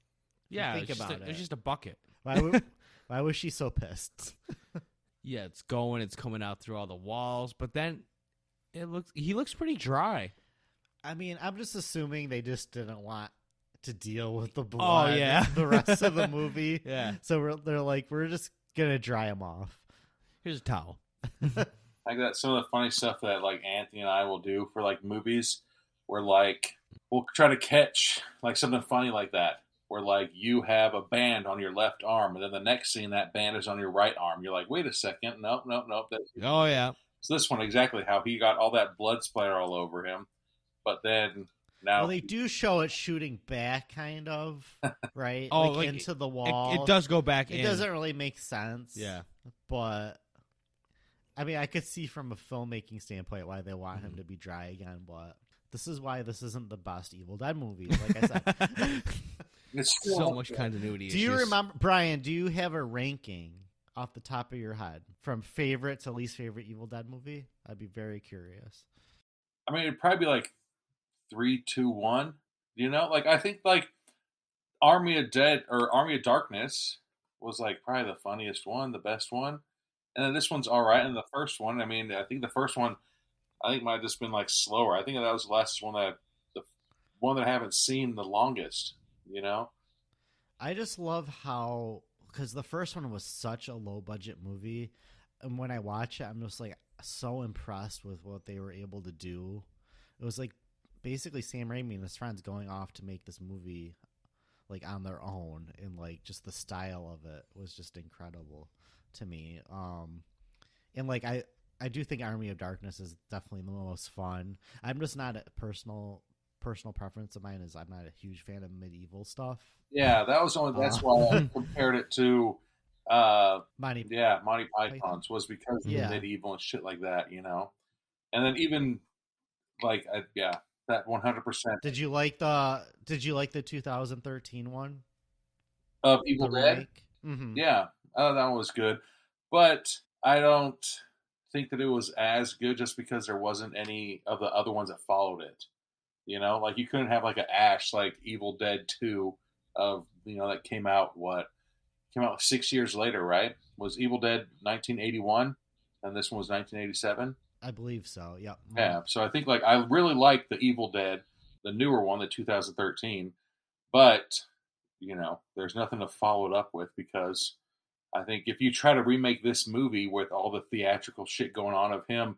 Yeah,
Think
it's just
about
a,
it.
It's just a bucket.
Why, w- why was she so pissed?
Yeah, it's going. It's coming out through all the walls. But then it looks. He looks pretty dry.
I mean, I'm just assuming they just didn't want to deal with the blood.
Oh, yeah.
the rest of the movie.
Yeah.
So we're, they're like, we're just gonna dry him off.
Here's a towel.
like that's some of the funny stuff that like Anthony and I will do for like movies. Where like we'll try to catch like something funny like that. Where like you have a band on your left arm, and then the next scene that band is on your right arm. You're like, wait a second, nope, nope, nope. That,
Oh yeah.
So this one exactly how he got all that blood splatter all over him, but then now
Well, they do show it shooting back, kind of, right?
Oh,
like,
like,
into the
It,
wall.
it does go back
It
in.
doesn't really make sense.
Yeah.
but I mean, I could see from a filmmaking standpoint why they want
Mm-hmm.
him to be dry again, but. This is why this isn't the best Evil Dead movie. Like I said,
it's still
so
up
much
there.
continuity.
Do you
issues.
remember, Brian? Do you have a ranking off the top of your head from favorite to least favorite Evil Dead movie? I'd be very curious.
I mean, it'd probably be like three, two, one. You know, like I think like Army of Dead or Army of Darkness was like probably the funniest one, the best one, and then this one's all right. And the first one, I mean, I think the first one, I think might have just been like slower. I think that was the last one that the one that I haven't seen the longest. You know,
I just love how because the first one was such a low budget movie, and when I watch it, I'm just like so impressed with what they were able to do. It was like basically Sam Raimi and his friends going off to make this movie like on their own, and like just the style of it was just incredible to me. Um, and like I. I do think Army of Darkness is definitely the most fun. I'm just not a personal personal preference of mine is I'm not a huge fan of medieval stuff.
yeah, that was only that's
Uh.
why I compared it to. uh
Monty.
Yeah, Monty
Python.
Python's was because of
Yeah.
the medieval and shit like that, you know. And then even like I, yeah, that one hundred percent
Did you like the Did you like the 2013 one?
of Evil
the
Dead.
hmm
Yeah, oh, that one was good, but I don't think that it was as good just because there wasn't any of the other ones that followed it. You know, like you couldn't have like an Ash like Evil Dead Two of you know that came out what came out six years later, right? Was Evil Dead nineteen eighty one, and this one was nineteen eighty seven.
I believe so. Yep. Mhm.
Yeah, so I think like I really like the Evil Dead, the newer one, the 2013, but you know, there's nothing to follow it up with because I think if you try to remake this movie with all the theatrical shit going on of him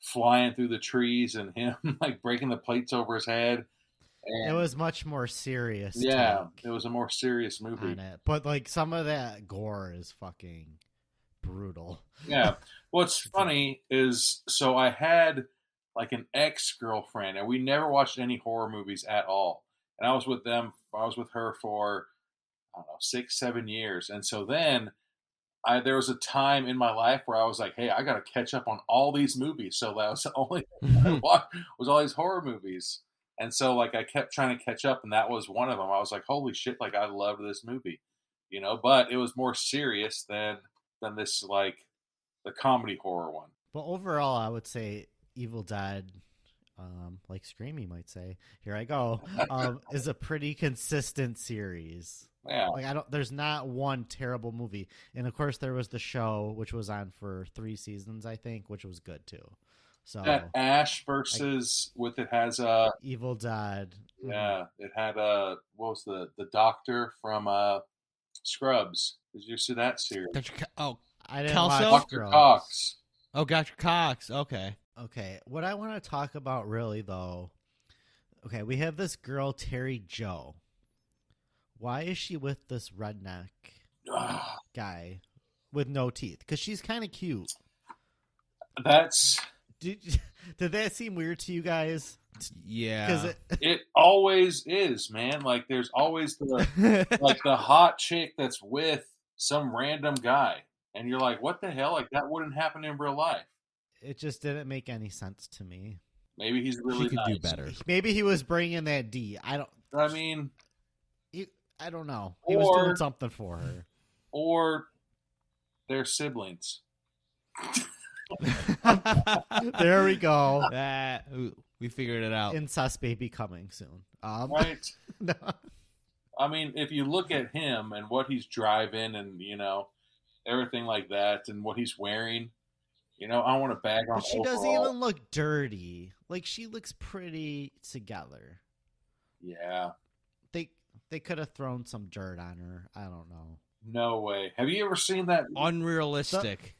flying through the trees and him like breaking the plates over his head
it was much more serious.
yeah,
take
it was a more serious movie.
on it, but like some of that gore is fucking brutal.
Yeah. What's funny is so I had like an ex girlfriend and we never watched any horror movies at all. And I was with them I was with her for I don't know, six, seven years. And so then I there was a time in my life where I was like, Hey, I gotta catch up on all these movies. So that was the only I watched was all these horror movies. And so like I kept trying to catch up and that was one of them. I was like, Holy shit, like I love this movie. You know, but it was more serious than than this like the comedy horror one.
But overall, I would say Evil Dead, um, like Scream, you might say. Here I go. Um, is a pretty consistent series.
Yeah,
Like I don't. There's not one terrible movie. And of course, there was the show, which was on for three seasons, I think, which was good too. So
that
Oh.
Ash versus with it has uh
Evil Dead.
Mm-hmm.
mhm.
yeah it had uh what was the the doctor from uh Scrubs? Did you see that series?
Got your co- oh,
I didn't
Kelso?
watch
Doctor
Girls.
Cox.
oh, got your Cox. Okay.
Okay, what I want to talk about really though. Okay, we have this girl Terry Joe. Why is she with this redneck?
Ugh,
guy with no teeth because she's kind of cute.
That's
Did did that seem weird to you guys? Because
Yeah.
it. Always is man. Like there's always the like the hot chick that's with some random guy, and you're like, what the hell? Like that wouldn't happen in real life.
it, it just didn't make any sense to me.
Maybe he's
she
really
could
nice.
do better.
Maybe he was bringing that D. I don't.
I mean,
he- I don't know. He was
Or-
doing something for her.
or their siblings.
There we go.
that we figured it out.
Incest baby coming soon. Um,
Right?
no.
I mean, if you look at him and what he's driving and, you know, everything like that and what he's wearing, you know, I want to bag on
But she doesn't
overall.
even look dirty. Like she looks pretty together.
Yeah.
They they could have thrown some dirt on her. I don't know.
No way. Have you ever seen that?
Oh, Unrealistic.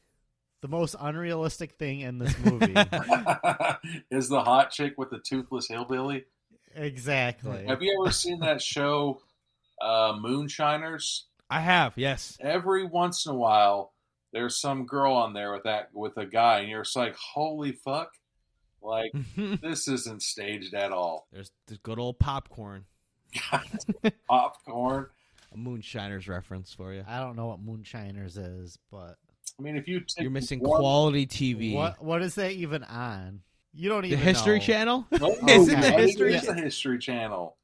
The most unrealistic thing in this movie.
Is the hot chick with the toothless hillbilly?
Exactly.
Have you ever seen that show, uh, Moonshiners?
I have, yes.
every once in a while there's some girl on there with that with a guy and you're just like holy fuck like this isn't staged at all
There's the good old popcorn.
popcorn
A moonshiners reference for you.
I don't know what Moonshiners is, but
i mean if you take
You're missing
one-
quality TV.
what what is that even on? You don't
The
even
History
know.
Channel?
No,
Isn't
I
the
think
History-
it's the history channel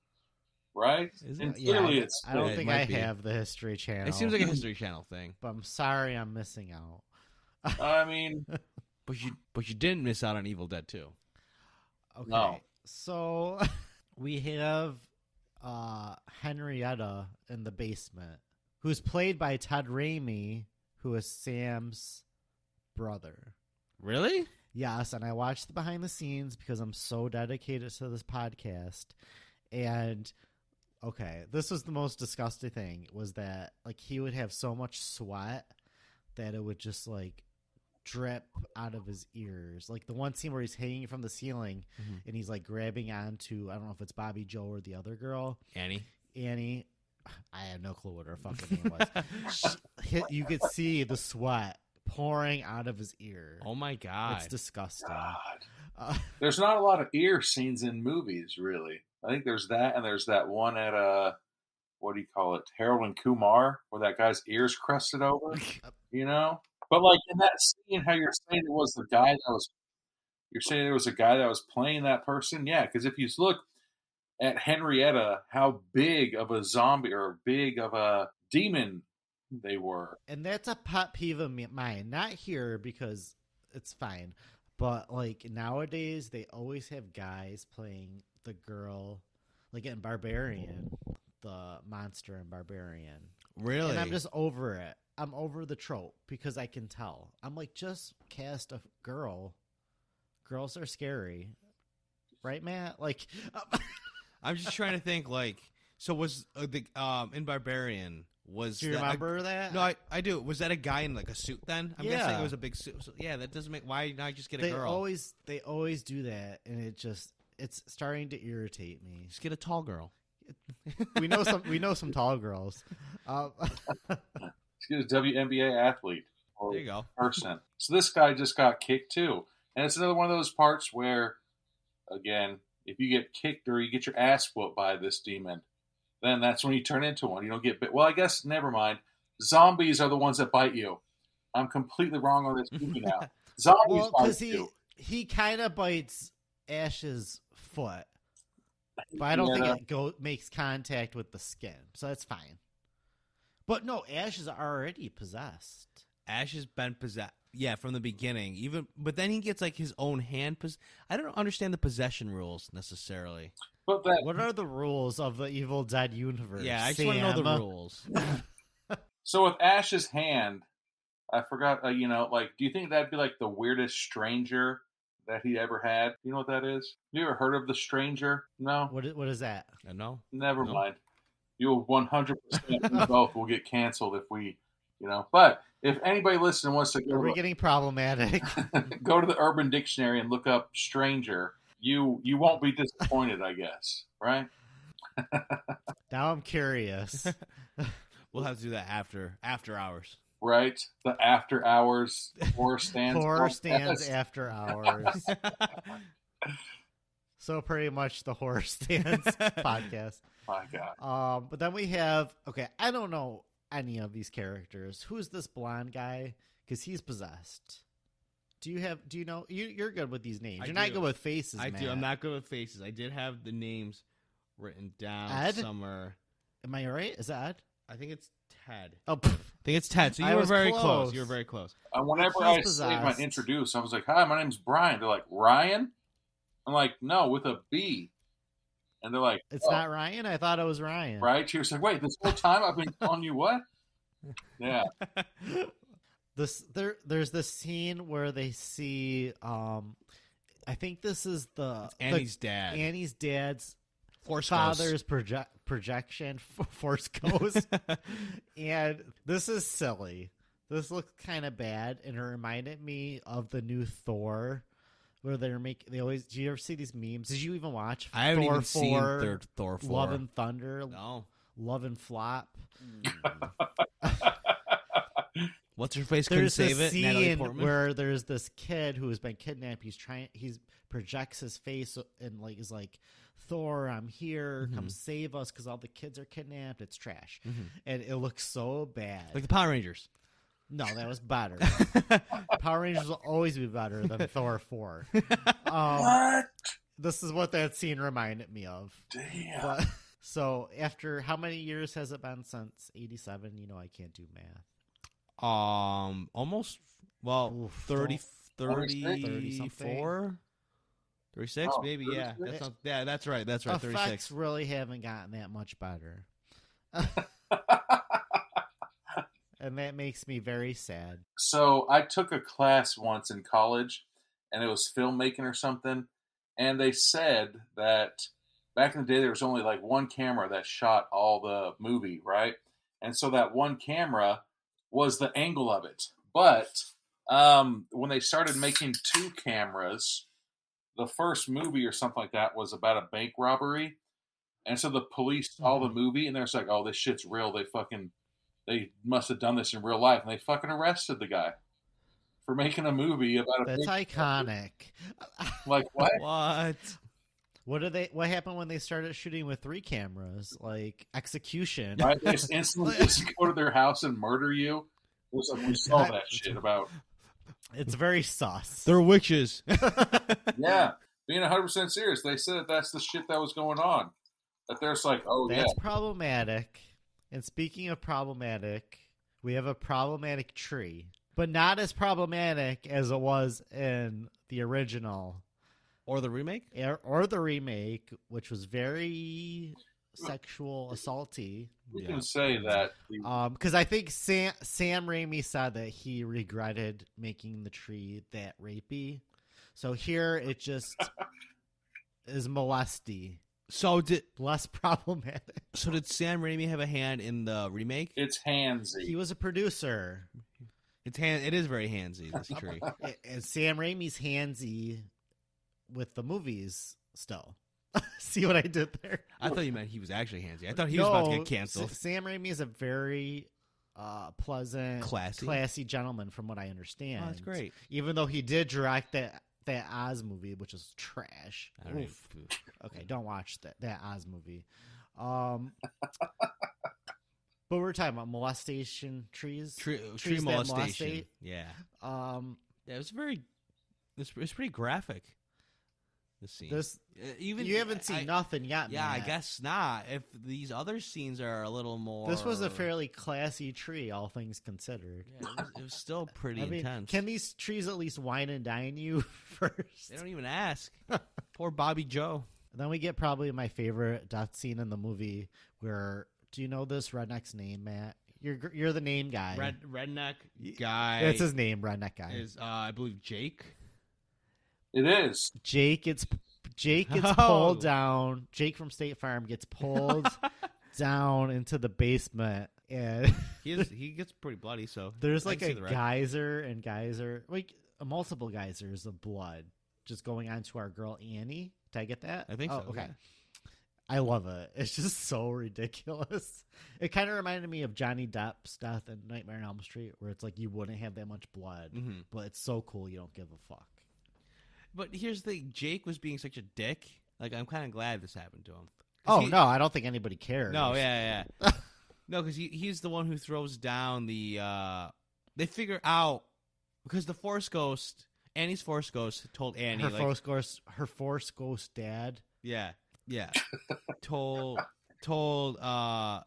right
Is
and
it?
Yeah,
clearly
I-
it's
I don't
it
think
might
I
be.
have the History Channel.
It seems like a History Channel thing.
but I'm sorry I'm missing out.
i mean
But you but you didn't miss out on Evil Dead 2.
Okay.
No.
So we have uh Henrietta in the basement, who's played by Todd Ramey, who is Sam's brother.
Really?
Yes, and I watched the behind the scenes because I'm so dedicated to this podcast. And okay, this was the most disgusting thing was that like he would have so much sweat that it would just like drip out of his ears. Like the one scene where he's hanging from the ceiling
Mhm.
and he's like grabbing onto I don't know if it's Bobby Joe or the other girl,
Annie.
Annie. I have no clue what her fucking name was. She- you could see the sweat pouring out of his ear.
oh my
It's
god.
disgusting.
God.
Uh,
there's not a lot of ear scenes in movies really i think there's that and there's that one at uh what do you call it harold and kumar where that guy's ears crusted over
Uh,
you know. But like in that scene, how you're saying it was the guy that was, you're saying there was a guy that was playing that person, yeah. Because if you look at Henrietta, how big of a zombie or big of a demon they were.
and that's a pet peeve of me- mine. Not here because it's fine, but like nowadays they always have guys playing the girl, like in Barbarian, the monster in Barbarian.
really?
And I'm just over it. I'm over the trope because I can tell. I'm like, just cast a girl. Girls are scary, right, Matt? Like,
I'm just trying to think like so was uh, the um in Barbarian was
do you
that a-
remember that?
no, I, I do. Was that a guy in like a suit then? I'm guessing
Yeah.
it was a big suit. So, yeah, that doesn't make why not just get a
they
girl?
always they always do that and it just it's starting to irritate me.
Just get a tall girl.
We know some we know some tall girls. Um,
She's a WNBA athlete
There
or
you go.
person. So this guy just got kicked too, and it's another one of those parts where, again, if you get kicked or you get your ass whooped by this demon, then that's when you turn into one. You don't get bit. Well, I guess never mind. Zombies are the ones that bite you. I'm completely wrong on this movie now. Zombies
well,
bite
because he
you.
he kind of bites Ash's foot, but I don't
Yeah.
think it go makes contact with the skin, so that's fine. But no, Ash is already possessed.
Ash has been possessed. Yeah, from the beginning. Even but then he gets like his own hand. Pos- I don't understand the possession rules necessarily.
But that
What are the rules of the Evil Dead universe?
Yeah, I just want to know the
Sam?
rules.
So with Ash's hand, I forgot. Uh, you know, like, do you think that'd be like the weirdest stranger that he ever had? You know what that is? You ever heard of the stranger? No,
What is, what is that?
I know.
never
No.
mind. You'll one hundred percent both will get canceled if we, you know. But if anybody listening wants to
Are
go,
we getting problematic?
go to the Urban Dictionary and look up stranger, you you won't be disappointed, I guess. Right?
now I'm curious.
We'll have to do that after after hours.
Right? The after hours horror stands.
Horror
for-
stands
Yes.
after hours. so pretty much the horror stands podcast.
My God.
Um, but then we have okay, I don't know any of these characters. Who's this blonde guy? Because he's possessed. Do you have? Do you know? You, you're good with these names.
I
You're not
do.
good with faces.
I
Matt.
do. I'm not good with faces. I did have the names written down
Ed?
somewhere.
Am I right? Is that? Ed?
I think it's Ted.
Oh, pff,
I think it's Ted. So you
I
were
was
very close.
close.
You were very close.
And whenever
He's
I say my
possessed.
introduce, I was like, "Hi, my name's Brian." They're like, "Ryan?" I'm like, "No, with a B." And they're like,
it's
Oh.
not Ryan. I thought it was Ryan.
"Right?" She was like, "Wait, this whole time I've been calling you what?" Yeah,
this there there's this scene where they see um i think this is the
Annie's
the,
dad.
annie's dad's
Horse ghost.
father's proje- projection for force goes and this is silly this looks kind of bad and it reminded me of the new thor where they're making they always do you ever see these memes did you even watch
I haven't
thor
even seen
4,
third Thor four.
love and thunder
no.
love and flop
What's your face? Couldn't
there's this
save it. Natalie
scene
Portman.
where there's this kid who has been kidnapped. He's trying. He's projects his face and like is like, "Thor, I'm here. Come
Mhm.
save us!" Because all the kids are kidnapped. It's trash,
Mhm.
and it looks so bad.
Like the Power Rangers.
no, that was better. Power Rangers will always be better than Thor four. Um,
what?
this is what that scene reminded me of.
Damn.
But, so after how many years has it been since eighty seven? You know I can't do math.
Um, almost. Well,
Oof,
30,
30,
34? 36,
Oh,
maybe. Yeah,
36?
that sounds, yeah, that's right. That's right. Thirty
effects
six.
really haven't gotten that much better. and that makes me very sad.
So I took a class once in college, and it was filmmaking or something, and they said that back in the day there was only like one camera that shot all the movie, right? And so that one camera was the angle of it. But um, when they started making two cameras, the first movie or something like that was about a bank robbery, and so the police saw the movie and they're just like, "Oh, this shit's real." They fucking they must have done this in real life, and they fucking arrested the guy for making a movie about a
That's
bank.
iconic.
like what?
What?
What did they what happened when they started shooting with three cameras? Like execution.
Right? They just instantly just go to their house and murder you. It was like we saw that shit about
It's very sus.
They're witches.
yeah being one hundred percent serious. They said that that's the shit that was going on. That there's like, oh yeah,
That's problematic. And speaking of problematic, we have a problematic tree. But not as problematic as it was in the original
or the remake?
or, or the remake, which was very sexual assaulty.
we
Yeah.
can say that. the-
Um, because I think Sam Sam Raimi said that he regretted making the tree that rapey. So here it just is molesty,
So did
less problematic.
so did Sam Raimi have a hand in the remake?
It's handsy.
He was a producer,
It's hand. It is very handsy. This tree.
and Sam Raimi's handsy with the movies. still. See what I did there?
I thought you meant he was actually handsy. I thought he was about to
No,
get canceled.
S- Sam Raimi is a very uh, pleasant,
Classy.
classy gentleman, from what I understand.
Oh, that's great.
Even though he did direct that that Oz movie, which is trash.
I don't
Oof.
even-
Okay, don't watch that that Oz movie. Um, but we're talking about molestation trees.
Tree, uh, tree
that
molestation.
molestate.
Yeah.
Um,
yeah, it was very. It's, it's pretty graphic. This scene.
this
Uh, even
you haven't seen
I-
nothing yet.
Yeah, I
Matt.
guess not. If these other scenes are a little more.
this was a fairly classy tree, all things considered.
Yeah, it, was, it was still pretty
I mean,
intense.
can these trees at least wine and dine you first?
They don't even ask. Poor Bobby Joe.
And then we get probably my favorite death scene in the movie, where do you know this redneck's name, Matt? You're gr- you're the name guy.
Red redneck
Y-
guy.
That's his name, redneck guy.
Is uh, I believe Jake.
It is.
Jake gets Jake gets
Oh.
pulled down. Jake from State Farm gets pulled down into the basement, and
He is, he gets pretty bloody. So
there's
I
like
can see
a
the red.
geyser and geyser, like multiple geysers of blood just going on to our girl Annie. Did I get that?
I think
Oh,
so,
Okay.
yeah.
I love it. It's just so ridiculous. It kind of reminded me of Johnny Depp's death in Nightmare on Elm Street, where it's like you wouldn't have that much blood,
Mhm.
but it's so cool you don't give a fuck.
But here's the thing: Jake was being such a dick. Like I'm kind of glad this happened to him. 'Cause
Oh
he-
no, I don't think anybody cares.
No, yeah, yeah. no, because he, he's the one who throws down the. uh They figure out because the Force Ghost, Annie's Force Ghost, told Annie,
her
like,
force ghost, her force ghost dad.
yeah, yeah, told told uh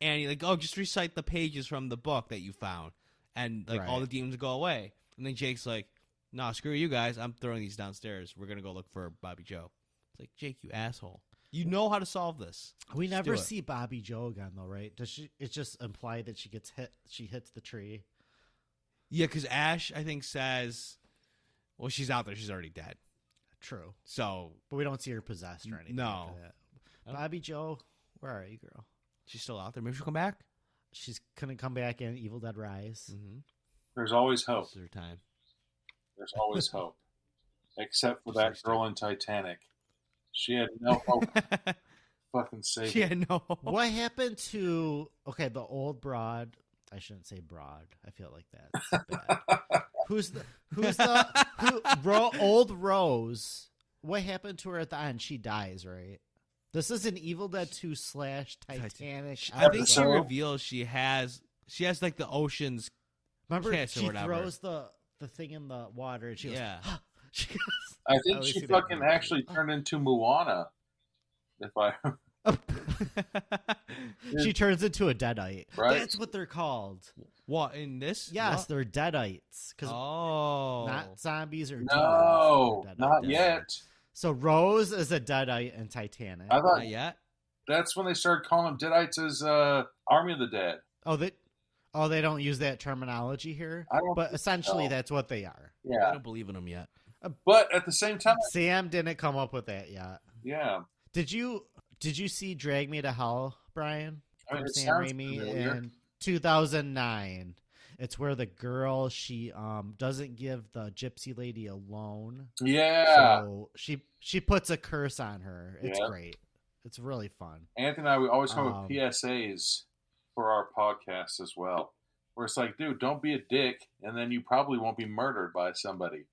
Annie like, oh, just recite the pages from the book that you found, and like all the
Right.
demons go away. And then Jake's like, nah, screw you guys, I'm throwing these downstairs. We're gonna go look for Bobby Joe. It's like Jake, you asshole. You know how to solve this.
We
Just do
never
it.
see Bobby Joe again, though, right? Does she? It's just implied that she gets hit. She hits the tree.
Yeah, because Ash, I think, says, well, she's out there. She's already dead.
True,
So
but we don't see her possessed or
N-
anything.
no.
after that.
Oh.
Bobby Joe, where are you, girl?
she's still out there. Maybe she'll come back.
She's gonna come back in Evil Dead Rise.
Mm-hmm.
There's always hope.
It's her time.
There's always hope. Except for that girl in Titanic. She had no hope to fucking save
she
it.
had no.
What happened to okay the old broad? I shouldn't say broad. I feel like that's bad. who's the who's the who, Ro, old Rose? What happened to her at the end? She dies, right? This is an Evil Dead Two slash
Titan-
Titanic.
I think she
episode.
Episode.
reveals she has she has like the oceans.
Remember,
kiss or
she
whatever.
throws the the thing in the water, and she goes.
Yeah.
she goes.
I
Oh,
think
we
she
see that
fucking
movie.
actually turned into Moana. If I
she turns into a deadite.
Right.
That's what they're called.
what in this?
Yes,
What?
they're deadites because
Oh,
not zombies or
no,
demons, they're
not
deadites.
yet.
So Rose is a deadite in Titanic.
I thought
not yet.
that's when they started calling them Deadites as uh, Army of the Dead.
oh, that. Oh, they don't use that terminology here,
I don't
but essentially
so.
that's what they are.
I
Yeah,
don't believe in them yet.
but at the same time,
Sam didn't come up with that yet.
yeah.
Did you? Did you see Drag Me to Hell, Brian?
I mean,
from
it
Sam
sounds
Raimi
familiar.
in 2009. It's where the girl she um doesn't give the gypsy lady a loan,
Yeah,
so she she puts a curse on her. It's
Yeah.
great. It's really fun.
Anthony and I we always come
Um,
with PSAs for our podcast as well, where it's like, dude, don't be a dick, and then you probably won't be murdered by somebody.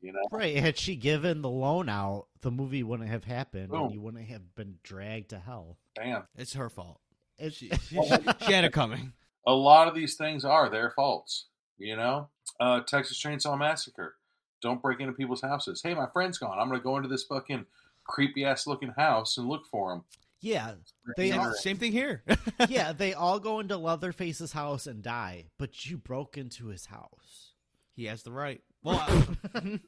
You know,
Right? Had she given the loan out, the movie wouldn't have happened,
Boom.
and you wouldn't have been dragged to hell.
damn.
It's her fault.
It,
She, she, she had it coming.
A lot of these things are their faults. You know, uh, Texas Chainsaw Massacre. Don't break into people's houses. Hey, my friend's gone. I'm gonna go into this fucking creepy ass looking house and look for him.
yeah, They
Same,
are-
same thing here.
yeah. They all go into Leatherface's house and die, but you broke into his house.
he has the right. Well, uh, I-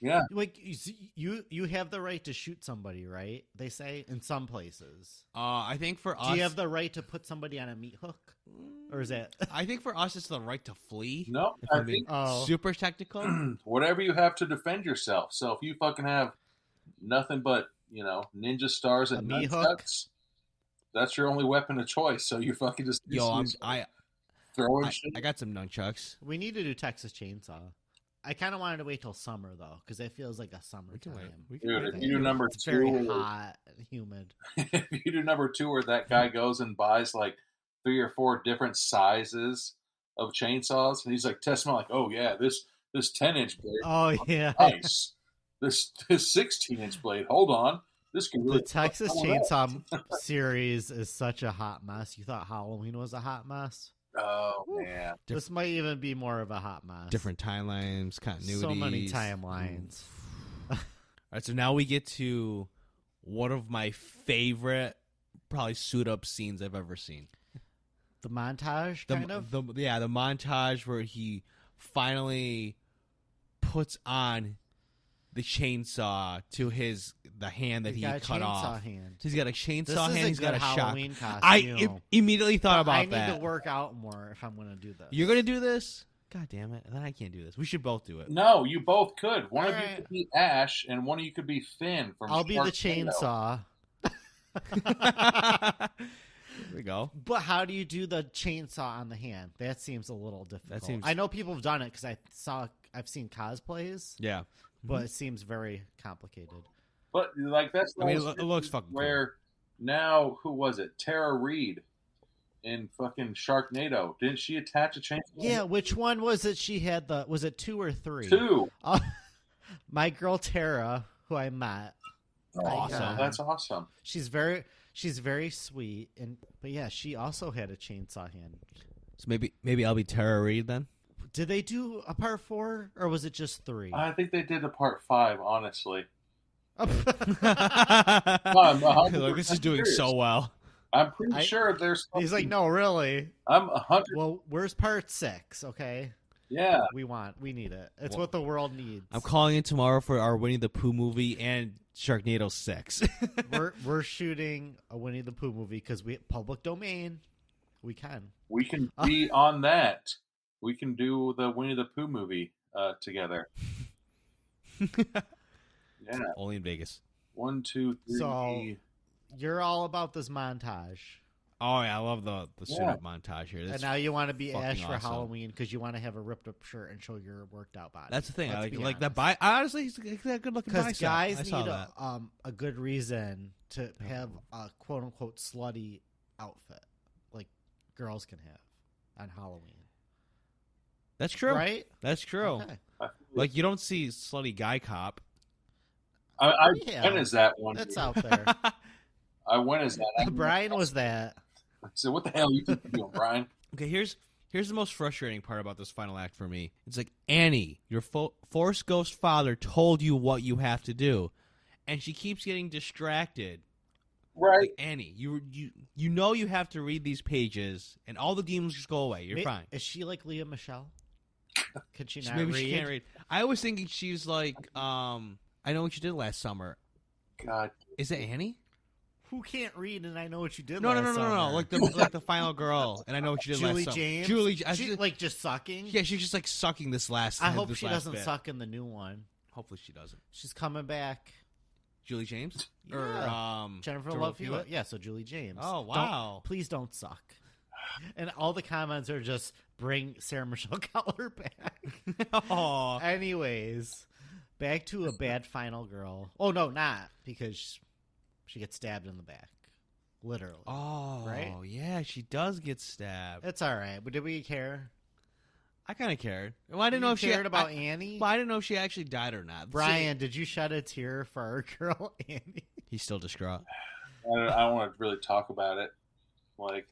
Yeah.
like you see- you you have the right to shoot somebody right they say in some places
uh, I think for us,
do you have the right to put somebody on a meat hook or is that
I think for us, it's the right to flee.
No,
If
I
I'm being
think
oh
super technical.
whatever you have to defend yourself. So if you fucking have nothing but you know ninja stars
A
and
meat
nunchucks, that's your only weapon of choice. So you fucking just
Yo, I'm, I,
throwing
I
shit.
I got some nunchucks.
we need to do texas chainsaw I kind of wanted to wait till summer though, because it feels like a summer
We can wait.
time.
We can
Dude,
wait.
if you do number
It's very
two,
hot, and humid.
if you do number two, where that guy goes and buys like three or four different sizes of chainsaws, and he's like testing, them out, like, oh yeah, this this ten inch blade,
Oh yeah,
nice. This this sixteen inch blade, hold on, this can really Oh,
the Texas Chainsaw series is such a hot mess. You thought Halloween was a hot mess.
Oh man,
Diff-
this might even be more of a hot mess.
different timelines, continuities.
so many timelines.
All right, so now we get to one of my favorite, probably suit up scenes I've ever seen.
The montage,
The,
kind of.
the yeah, the montage where he finally puts on the chainsaw to his the hand that
He's
he
got a
cut
chainsaw
off.
hand.
He's got a chainsaw
This
hand.
is a
He's got
good
a shotgun.
Halloween
I
costume.
im- immediately thought about
I need
that.
to work out more if I'm going to do this.
You're gonna do this? God damn it! Then I can't do this. We should both do it.
no, you both could. One of you
Alright.
could be Ash, and one of you could be Finn from.
I'll be the
Sharknado.
chainsaw.
there we go.
But how do you do the chainsaw on the hand? That seems a little difficult.
seems-
I know people have done it because I saw, I've seen cosplays,
Yeah.
but it seems very complicated.
But like that's
I mean,
those
it lo- it looks fucking
where now who was it? Tara Reed in fucking Sharknado. Didn't she attach a chainsaw?
Yeah, which one was it? She had the was it two or three?
two.
Uh, my girl Tara, who I uh, met,
Awesome.
Icon.
That's awesome.
she's very she's very sweet, and but yeah, she also had a chainsaw hand.
So maybe maybe I'll be Tara Reid then.
Did they do a part four or was it just three?
I think they did a part five. Honestly, I'm a hundred
Look, this is
percent
doing so
serious.
well.
I'm pretty
I-
sure there's.
He's like,
something-
no, really.
I'm a hundred.
Well, where's part six? Okay,
Yeah,
we want, we need it. It's what the world needs.
I'm calling in tomorrow for our Winnie the Pooh movie and Sharknado Six.
we're we're shooting a Winnie the Pooh movie because we public domain. We can.
we can be on that. We can do the Winnie the Pooh movie uh, together. yeah,
Only in Vegas.
one, two, three.
So- You're all about this montage.
Oh yeah, I love the the suit
Yeah.
up montage here.
and
That's,
now you want to be
fucking
Ash for
awesome.
Halloween because you want to have a ripped up shirt and show your worked out body.
that's the thing. I
uh, Let's
like,
be
like that. Bi-
honest.
honestly, he's he's got a good looking bicep.
Because guys
I
need
saw that.
a, um, a good reason to have a quote unquote slutty outfit, like girls can have on Halloween.
That's true.
Right?
That's true.
Okay.
Like you don't see slutty guy cop.
I, I
Yeah.
went as that one.
That's
dude.
out there.
I went as that. I-
Brian was that.
I said, "What the hell you doing, Brian?"
Okay, here's here's the most frustrating part about this final act for me. It's like Annie, your fo- Forest Ghost father told you what you have to do, and she keeps getting distracted.
Right?
Like Annie, you you you know you have to read these pages, and all the demons just go away. You're
Ma-
fine.
Is she like Leah Michelle? Could she
She-
not
Maybe
read?
she can't read. I was thinking she's like, um, I know what you did last summer.
God,
Is it Annie?
Who can't read? And I know what you did.
No, no, no,
last
no, no, no.
summer.
Like the like the final girl, and I know what you did
Julie
last summer.
James.
Julie, I
She-
just-
like just sucking.
yeah, she's just like sucking this last.
I hope
this
she
last
doesn't
bit.
suck in the new one.
Hopefully, she doesn't.
She's coming back.
Julie James
Yeah.
or um,
Jennifer
Jordan
Love
Hewitt?
Hewitt. Yeah, so Julie James.
Oh
Don't-
wow!
please don't suck. And all the comments are just bring Sarah Michelle Gellar back. Oh.
Aw.
Anyways, back to a bad final girl. Oh no, not because she gets stabbed in the back, literally.
Oh
Right?
yeah, she does get stabbed.
It's all right, but did we care?
I kind of cared. Well, I didn't
You
know if she
cared about
I,
Annie.
well, I didn't know if she actually died or not. So-
Brian, did you shed a tear for our girl Annie?
he's still distraught.
I don't, I don't want to really talk about it. Like,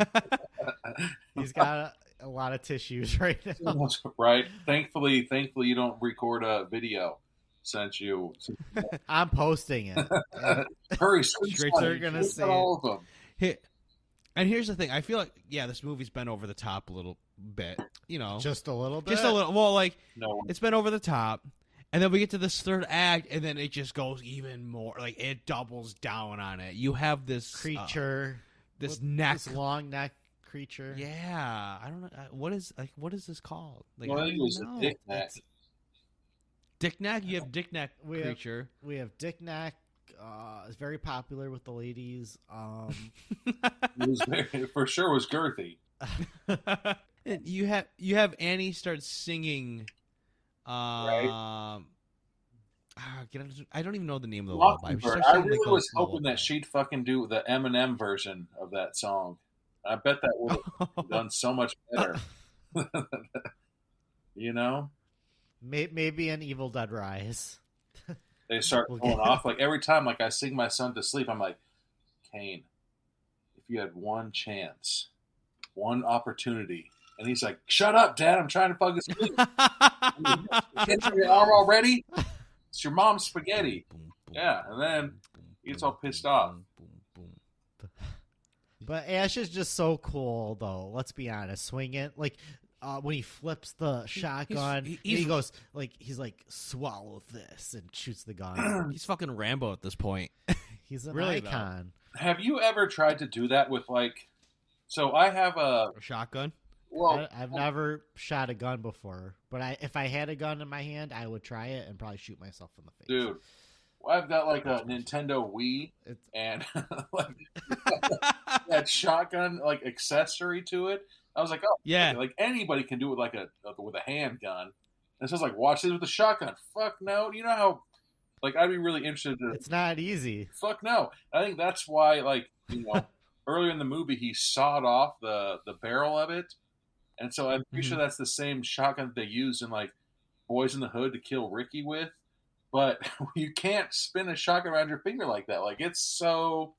He's got a, a lot of tissues right now.
right? Thankfully, thankfully, you don't record a video since you.
I'm posting it.
Hurry, screenshot
they're
it.
gonna
Look at
see it.
all of them.
He- and here's the thing: I feel like yeah, this movie's been over the top a little bit. You know,
Just a little bit.
Just a little. Well, like
No,
it's been over the top. And then we get to this third act, and then it just goes even more. Like it doubles down on it. You have this uh,
creature.
this
What-
neck
This long neck creature.
Yeah, I don't know I- what is like. What is this called? Like,
well,
I don't
I think it was
know.
a dick neck.
Dick neck. You have dick neck
We have-
creature.
We have Dick Neck. Uh, is very popular with the ladies. Um,
It was very, for sure was girthy.
And you have you have Annie start singing Um, ah, get out of- I don't even know the name of the lullaby. We should
Mockingbird.
start
I
saying,
really
like, a
was hoping
lullaby.
that she'd fucking do the Eminem version of that song. I bet that would have done so much better. you know,
May- maybe an Evil Dead Rise.
they start
We'll
going
get-
off like every time. Like I sing my son to sleep, I'm like, Kane, if you had one chance, one opportunity, and he's like, "Shut up, Dad! I'm trying to fucking sleep. Can't you are already? It's your mom's spaghetti." Yeah, and then he gets all pissed off.
But Ash is just so cool, though. Let's be honest. Swing it like uh, when he flips the shotgun,
he-
and
he's-
he goes like he's like swallow this and shoots the gun.
He's fucking Rambo at this point.
he's an
Really, though.
icon.
Have you ever tried to do that with like? So I have a
A shotgun.
well.
I, I've never shot a gun before, but I, if I had a gun in my hand, I would try it and probably shoot myself in the face.
dude. Well, I've got like a Nintendo Wii
It's-
and like, that shotgun like accessory to it. I was like, oh,
yeah.
like anybody can do it with like a with a handgun. And so I was like, watch this with a shotgun. Fuck no. You know how? Like, I'd be really interested to.
It's not easy.
Fuck no. I think that's why, like, you know, earlier in the movie, he sawed off the the barrel of it, and so I'm pretty sure
Mm-hmm.
that's the same shotgun that they used in like Boys in the Hood to kill Ricky with. But you can't spin a shotgun around your finger like that. Like it's so.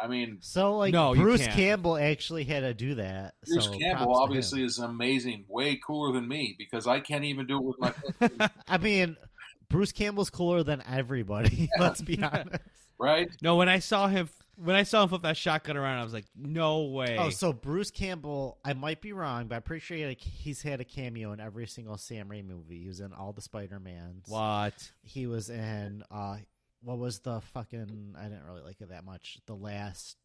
I mean,
So like
No, you
Bruce
can't.
Campbell actually had to do that.
Bruce
so
Campbell
props to
obviously
him.
is amazing, way cooler than me because I can't even do it with my
I mean, Bruce Campbell's cooler than everybody. Let's be honest.
right.
No, when I saw him, when I saw him flip that shotgun around, I was like, no way.
Oh, so Bruce Campbell, I might be wrong, but I'm pretty sure he had a, he's had a cameo in every single Sam Raimi movie. He was in all the Spider Mans.
what?
He was in uh, what was the fucking? I didn't really like it that much. The last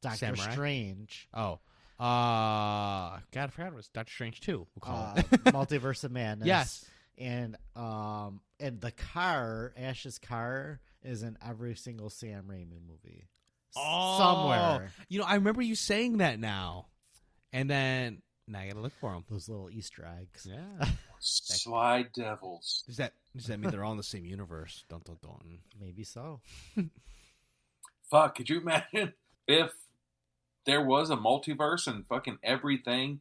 Doctor
Samurai?
Strange,
Oh, uh, God, I forgot it was Doctor Strange too. We'll call
uh,
it.
Multiverse of
Ah,
Madness.
yes.
and um, and the car, Ash's car, is in every single Sam Raimi movie. S-
Oh.
Somewhere
You know, I remember you saying that now, and then now I gotta look for him.
those little Easter eggs.
Yeah.
Sly Devils.
Does that does that mean they're all in the same universe? Dun dun dun.
Maybe so.
Fuck, could you imagine if there was a multiverse and fucking everything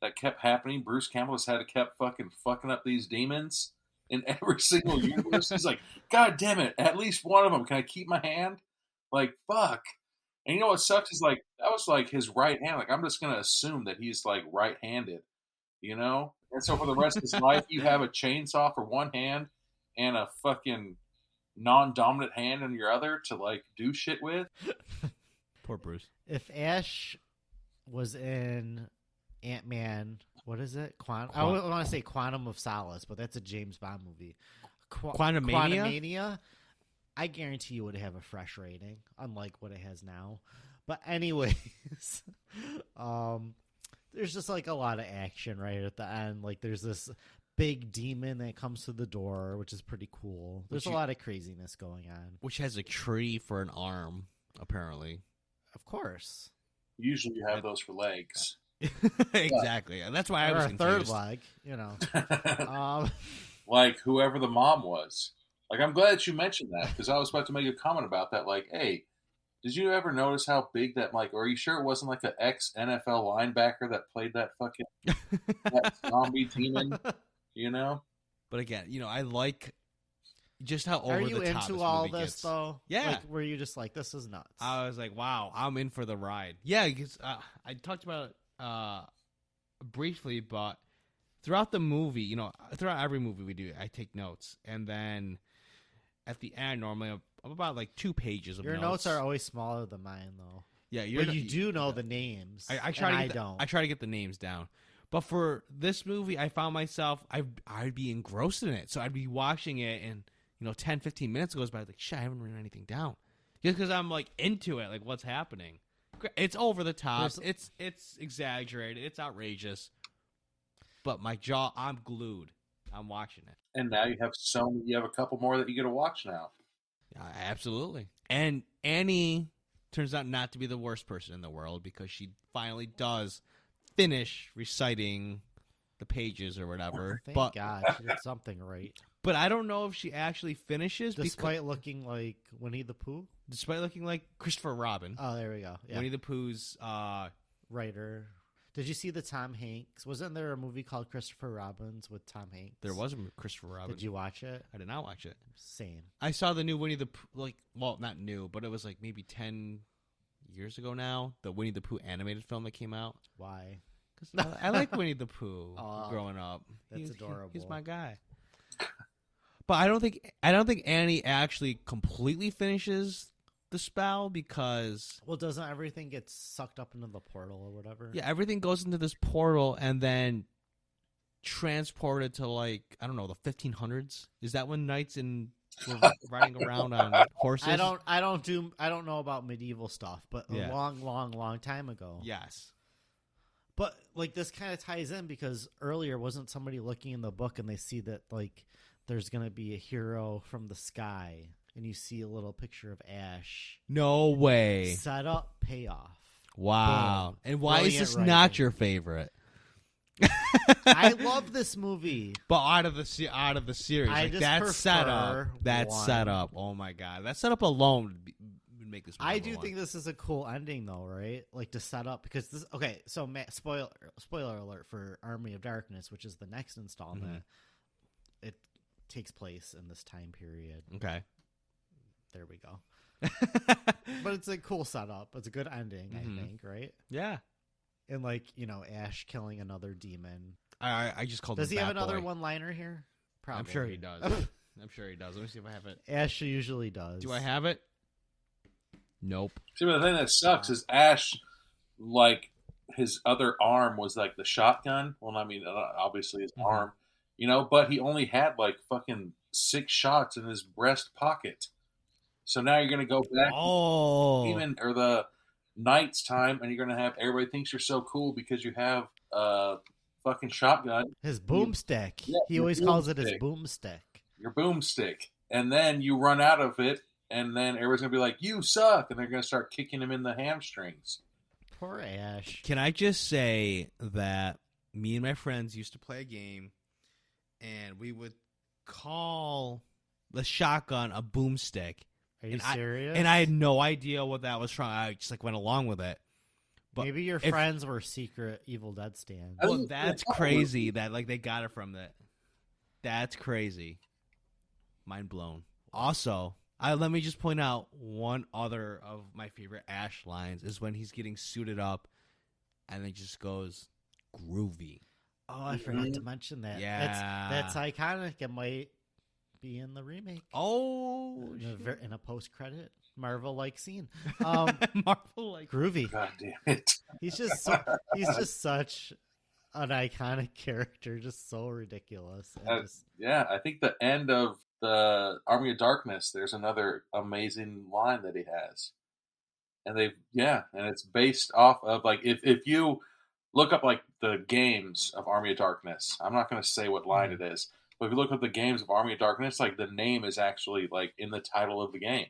that kept happening? Bruce Campbell has had to kept fucking fucking up these demons in every single universe. He's like, God damn it, at least one of them. Can I keep my hand? Like, fuck. And you know what sucks is like that was like his right hand. Like I'm just gonna assume that he's like right-handed, you know. And so for the rest of his life, you have a chainsaw for one hand and a fucking non-dominant hand on your other to like do shit with.
Poor Bruce.
If Ash was in Ant Man, what is it? Quantum. I
Quan-
want to say Quantum of Solace, but that's a James Bond movie. Qu-
Quantumania?
Quantumania, I guarantee you would have a fresh rating, unlike what it has now. But anyways, um, there's just like a lot of action right at the end. Like there's this big demon that comes to the door, which is pretty cool. There's
you-
a lot of craziness going on.
Which has a tree for an arm, apparently.
Of course,
Usually you have those for legs.
exactly. And that's why I
or
was
a third
confused.
leg, you know. Um,
like whoever the mom was. Like I'm glad that you mentioned that because I was about to make a comment about that. Like, hey, did you ever notice how big that like? Are you sure it wasn't like an ex NFL linebacker that played that fucking that zombie demon? You know,
But again, you know, I like just how over
Are you
the top
into
this
all
movie
this
gets.
though?
Yeah.
Like, were you just like, this is nuts?
I was like, wow, I'm in for the ride. Yeah, because uh, I talked about it uh, briefly, but throughout the movie, you know, throughout every movie we do, I take notes. And then at the end, normally I'm, I'm about like two pages of
Your notes. are always smaller than mine though.
Yeah, your
But
no-
you do know the names.
I, I try
and
to
I
get the-
don't.
I try to get the names down. But for this movie, I found myself I I'd be engrossed in it. So I'd be watching it, and you know, 10, 15 minutes goes by. Like shit, I haven't written anything down, just because I'm like into it. Like what's happening? Gra- It's over the top.
There's-
It's it's exaggerated. It's outrageous. But my jaw, I'm glued. I'm watching it.
and now you have so you have a couple more that you get to watch now.
Yeah, absolutely. And Annie turns out not to be the worst person in the world because she finally does finish reciting the pages or whatever.
Oh, Thank
but
God she did something right.
but I don't know if she actually finishes
Despite
because,
looking like Winnie the Pooh.
despite looking like Christopher Robin,
Oh, there we go. Yeah.
Winnie the Pooh's uh,
Writer. Did you see the Tom Hanks? Wasn't there a movie called Christopher Robbins with Tom Hanks?
there was a Christopher Robin.
Did you watch it?
I did not watch it.
Same.
I saw the new Winnie the Pooh, like, well, not new, but it was like maybe 10 years ago now, the Winnie the Pooh animated film that came out.
Why?
'Cause uh, I, I like Winnie the Pooh
Aw,
growing up.
that's
He's- he- He's
adorable.
my guy. But I don't think I don't think Annie actually completely finishes the spell because
Well, doesn't everything get sucked up into the portal or whatever?
yeah, everything goes into this portal and then transported to like I don't know the 1500s. Is that when knights and were riding around on horses?
I don't. I don't do. I don't know about medieval stuff, but
Yeah.
a long, long, long time ago.
Yes.
But like this kind of ties in because earlier wasn't somebody looking in the book and they see that like there's gonna be a hero from the sky and you see a little picture of Ash.
No way.
Set up payoff.
Wow. And why is
Brilliant
this not
writing.
your favorite?
I love this movie.
But out of the se- out of the series,
I
like,
just
that
prefer
setup, that
one.
setup. Oh my god, that setup alone would, be, would make this. my
I
number
do
one.
think this is a cool ending though, right? Like to set up because this okay, so ma- spoiler spoiler alert for Army of Darkness, which is the next installment.
Mm-hmm.
It takes place in this time period.
okay.
There we go. But it's a cool setup. It's a good ending,
Mhm.
I think, right?
yeah,
And like, you know, Ash killing another demon.
I I- I just called.
Does
him
he have
Bat
another
Boy.
one-liner here? Probably.
I'm sure he does. I'm sure he does. Let me see if I have it.
Ash usually does.
Do I have it? Nope.
See, but the thing that sucks is Ash, like his other arm was like the shotgun. Well, I mean, uh, obviously his
Mhm.
arm, you know, but he only had like fucking six shots in his breast pocket. So now you're gonna go back
Oh,
even or the night's time, and you're gonna have everybody thinks you're so cool because you have a fucking shotgun,
his boomstick?
Yeah,
he
his
always calls it his
boomstick.
boomstick.
your boomstick, and then you run out of it, and then everybody's gonna be like, "You suck," and they're gonna start kicking him in the hamstrings.
Poor Ash.
Can I just say that me and my friends used to play a game, and we would call the shotgun a boomstick,
Are you
And I-
serious?
and I had no idea what that was from. I just like went along with it. but
Maybe your
if-
friends were secret Evil Dead stands.
I
Well,
think-
that's crazy that like they got it from that. That's crazy. Mind blown. Also, I let me just point out one other of my favorite Ash lines is when he's getting suited up, and it just goes groovy.
Oh, I forgot to mention that.
Yeah.
That's, that's iconic. It might be in the remake.
Oh,
in a, ver- in a post-credit Marvel-like scene. Um,
Marvel like
groovy.
God damn it.
He's just so, he's just such an iconic character, just so ridiculous. and
Uh,
just-
Yeah, I think the end of the Army of Darkness, there's another amazing line that he has. And they yeah, and it's based off of like if if you look up like the games of Army of Darkness, I'm not gonna say what line it is, but if you look up the games of Army of Darkness, like the name is actually like in the title of the game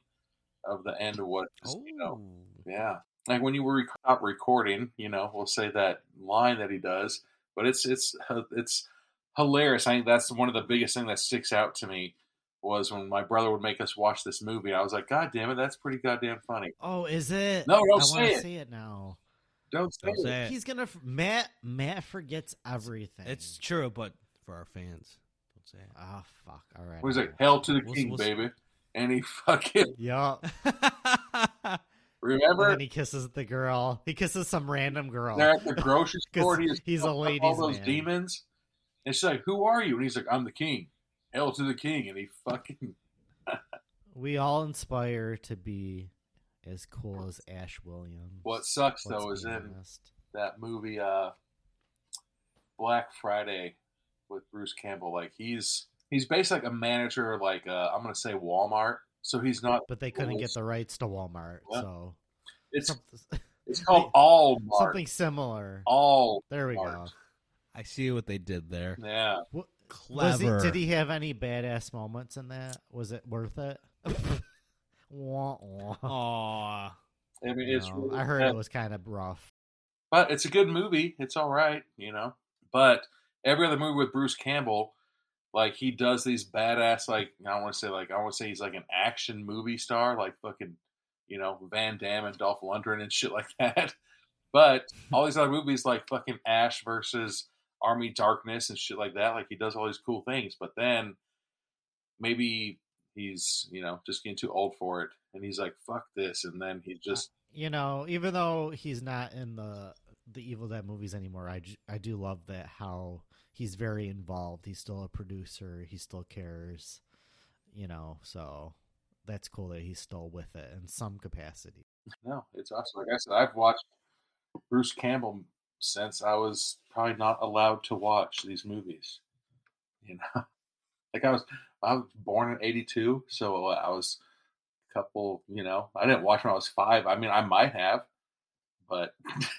of the end of what
oh.
is, you know. Yeah. Like when you were rec- out recording, you know, we'll say that line that he does, but it's it's uh, it's hilarious. I think that's one of the biggest thing that sticks out to me was when my brother would make us watch this movie. I was like, God damn it, that's pretty goddamn funny.
oh, is it?
No, don't
I
say
wanna
it.
say it now.
Don't say
Don't
it.
say it.
He's gonna f- Matt. Matt forgets everything.
It's true, but for our fans, don't say it.
oh fuck. All right.
He was
I
like,
won't.
Hell to the
What's-
king,
what's-
baby. And he fucking
Yup. And
remember
then he kisses the girl. He kisses some random girl.
they're at the grocery store. and
'Cause
he's
he's a
fucking
ladies'
all those
man.
demons. And she's like, Who are you? And he's like, I'm the king. Hell to the king. And he fucking
We all inspire to be as cool as Ash Williams.
what sucks
Let's
though is
be
in
honest.
that movie uh Black Friday with Bruce Campbell. Like he's he's based like a manager of, like uh I'm gonna say Walmart. So he's not
But they couldn't get the rights to Walmart,
Yeah.
so
it's
Something-
it's called All Mart.
something similar.
All
There we go.
Walmart.
I see what they did there.
yeah.
What, was he,
Clever.
did he have any badass moments in that? Was it worth it? Wah, wah.
Aw.
I mean it's
No,
really
I heard
bad.
it was kind of rough.
but it's a good movie. It's all right, you know. But every other movie with Bruce Campbell, like he does these badass like I want to say like I want to say he's like an action movie star like fucking you know Van Damme and Dolph Lundgren and shit like that. But all these other movies like fucking Ash versus Army Darkness and shit like that, like he does all these cool things. But then maybe he's you know just getting too old for it, and he's like fuck this, and then he just
You know, even though he's not in the the Evil Dead movies anymore, I, ju- I do love that how he's very involved. He's still a producer. He still cares. You know, so that's cool that he's still with it in some capacity.
no, it's awesome. Like I said, I've watched Bruce Campbell since I was probably not allowed to watch these movies. You know, like I was I was born in '82, so uh, I was a couple. You know, I didn't watch when I was five. I mean, I might have, but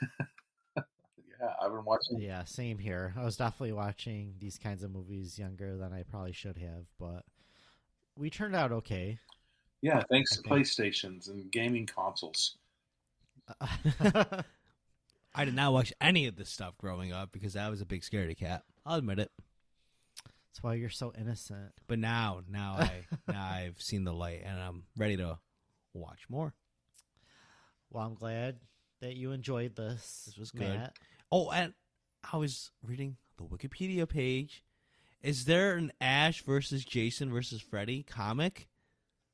yeah, I've been watching.
Yeah, same here. I was definitely watching these kinds of movies younger than I probably should have, but we turned out okay.
Yeah, thanks to
Okay.
PlayStations and gaming consoles.
I did not watch any of this stuff growing up because I was a big scaredy cat. I'll admit it.
That's why you're so innocent.
But now, now I now I've seen the light and I'm ready to watch more.
Well, I'm glad that you enjoyed this.
This was good.
Matt.
Oh, and I was reading the Wikipedia page. Is there an Ash versus Jason versus Freddy comic?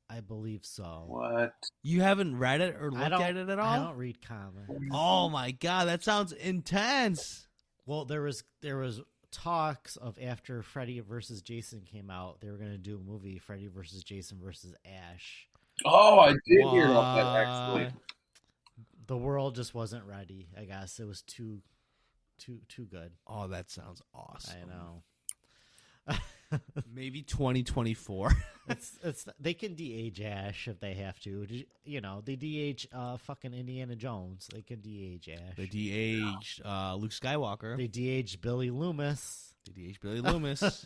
I believe so.
What?
You haven't read it or
I
looked
don't,
at it at
I
all?
don't read comics.
Oh my god, that sounds intense.
Well, there was there was talks of after Freddy versus Jason came out, they were going to do a movie Freddy versus Jason versus Ash.
Oh, I did hear about that actually.
Why?
The world just wasn't ready. I guess it was too too too good.
Oh, that sounds awesome.
I know.
Maybe 2024.
it's it's they can DH Ash if they have to. Did you- You know, they DH uh fucking Indiana Jones. They can DH Ash.
they de-aged uh, Luke Skywalker.
They DH Billy Loomis.
They de-aged Billy Loomis.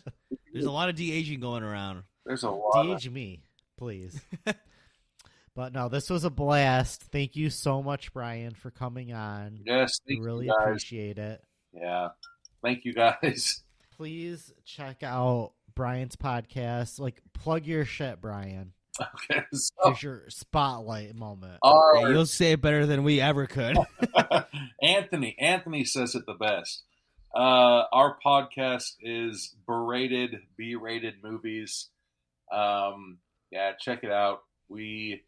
There's a lot of de-aging going around.
There's a lot. of-
DH me, please. but no, this was a blast. Thank you so much, Brian, for coming on.
yes,
We
thank
really
you guys.
appreciate it.
yeah, thank you guys.
Please check out Brian's podcast. Like plug your shit, Brian.
Okay, so-
Here's your spotlight moment.
All
Yeah, you'll say it better than we ever could.
right. Anthony. Anthony says it the best. Uh, our podcast is berated, B-rated movies. Um, yeah, check it out. We,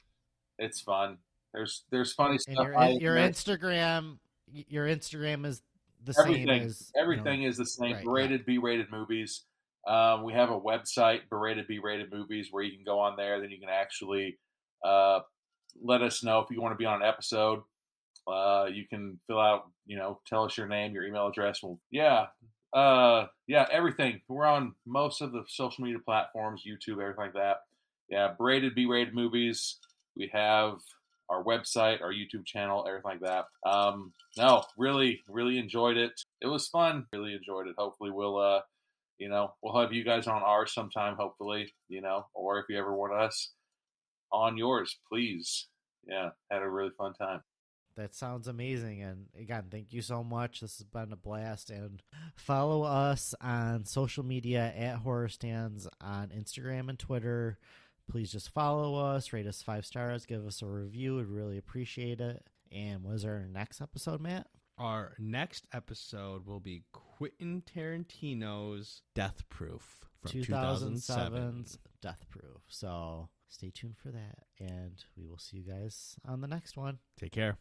it's fun. There's there's funny
and
stuff.
your
I-
your Instagram y- your Instagram is the same
Everything-
as you know,
everything is the same.
right,
berated, B-rated movies. Um, we have a website, berated, B-rated movies, where you can go on there. Then you can actually uh, let us know if you want to be on an episode. Uh, you can fill out, you know, tell us your name, your email address. Well, yeah, uh, yeah, everything. We're on most of the social media platforms, YouTube, everything like that. Yeah, berated, B-rated movies. We have our website, our YouTube channel, everything like that. Um, no, really, really enjoyed it. It was fun. Really enjoyed it. Hopefully, we'll, uh, you know, we'll have you guys on ours sometime. Hopefully, you know, or if you ever want us on yours, please. Yeah, had a really fun time.
That sounds amazing. And again, thank you so much. This has been a blast. And follow us on social media at Horror Stands on Instagram and Twitter. Please just follow us, rate us five stars, give us a review. We'd really appreciate it. And what is our next episode, Matt?
Our next episode will be Quentin Tarantino's Death Proof from 2007.
2007's Death Proof. So stay tuned for that. And we will see you guys on the next one.
Take care.